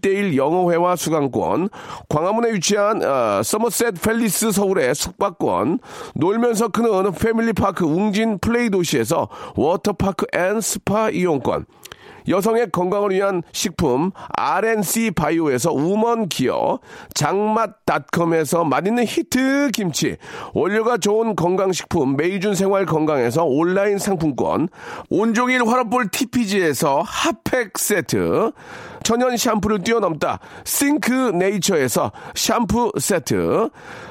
Speaker 7: 1대1 영어회화 수강권, 광화문에 위치한 어, 서머셋 팰리스 서울의 숙박권, 놀면서 크는 패밀리파크 웅진 플레이 도시에서 워터파크 앤 스파 이용권, 여성의 건강을 위한 식품 RNC 바이오에서 우먼 기어, 장맛닷컴에서 맛있는 히트 김치, 원료가 좋은 건강식품 메이준 생활 건강에서 온라인 상품권, 온종일 화롯볼 TPG에서 핫팩 세트, 천연 샴푸를 뛰어넘다 싱크 네이처에서 샴푸 세트,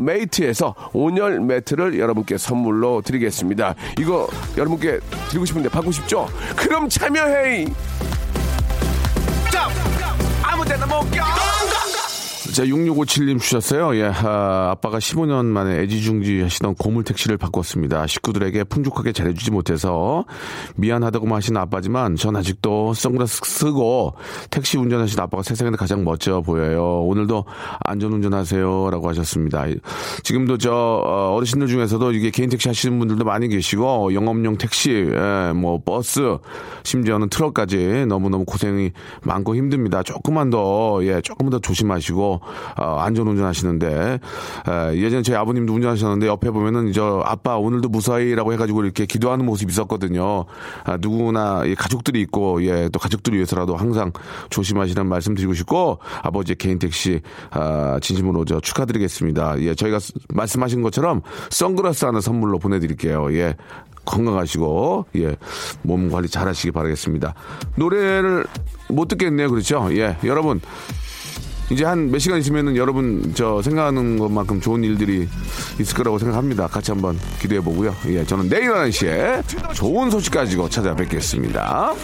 Speaker 7: 메이트에서 온열 매트를 여러분께 선물로 드리겠습니다. 이거 여러분께 드리고 싶은데 받고 싶죠? 그럼 참여해! 자, 아무 데나 못 가!
Speaker 1: 자, 6657님 주셨어요. 예, 아, 빠가 15년 만에 애지중지 하시던 고물 택시를 바꿨습니다. 식구들에게 풍족하게 잘해주지 못해서 미안하다고만 하시는 아빠지만 전 아직도 선글라스 쓰고 택시 운전하시는 아빠가 세상에서 가장 멋져 보여요. 오늘도 안전운전 하세요. 라고 하셨습니다. 이- 지금도 저 어, 어르신들 중에서도 이게 개인 택시 하시는 분들도 많이 계시고 영업용 택시, 예, 뭐 버스, 심지어는 트럭까지 너무너무 고생이 많고 힘듭니다. 조금만 더, 예, 조금만 더 조심하시고, 어, 안전 운전하시는데, 예, 전에 저희 아버님도 운전하셨는데, 옆에 보면은, 저, 아빠 오늘도 무사히라고 해가지고 이렇게 기도하는 모습이 있었거든요. 아, 누구나 이 가족들이 있고, 예, 또 가족들을 위해서라도 항상 조심하시는 말씀 드리고 싶고, 아버지의 개인 택시, 아, 진심으로 저 축하드리겠습니다. 예, 저희가 스- 말씀하신 것처럼 선글라스 하나 선물로 보내드릴게요. 예. 건강하시고 예 몸 관리 잘 하시기 바라겠습니다. 노래를 못 듣겠네요. 그렇죠? 예. 여러분 이제 한 몇 시간 있으면은 여러분 저 생각하는 것만큼 좋은 일들이 있을 거라고 생각합니다. 같이 한번 기대해 보고요. 예. 저는 내일 11시에 좋은 소식 가지고 찾아뵙겠습니다.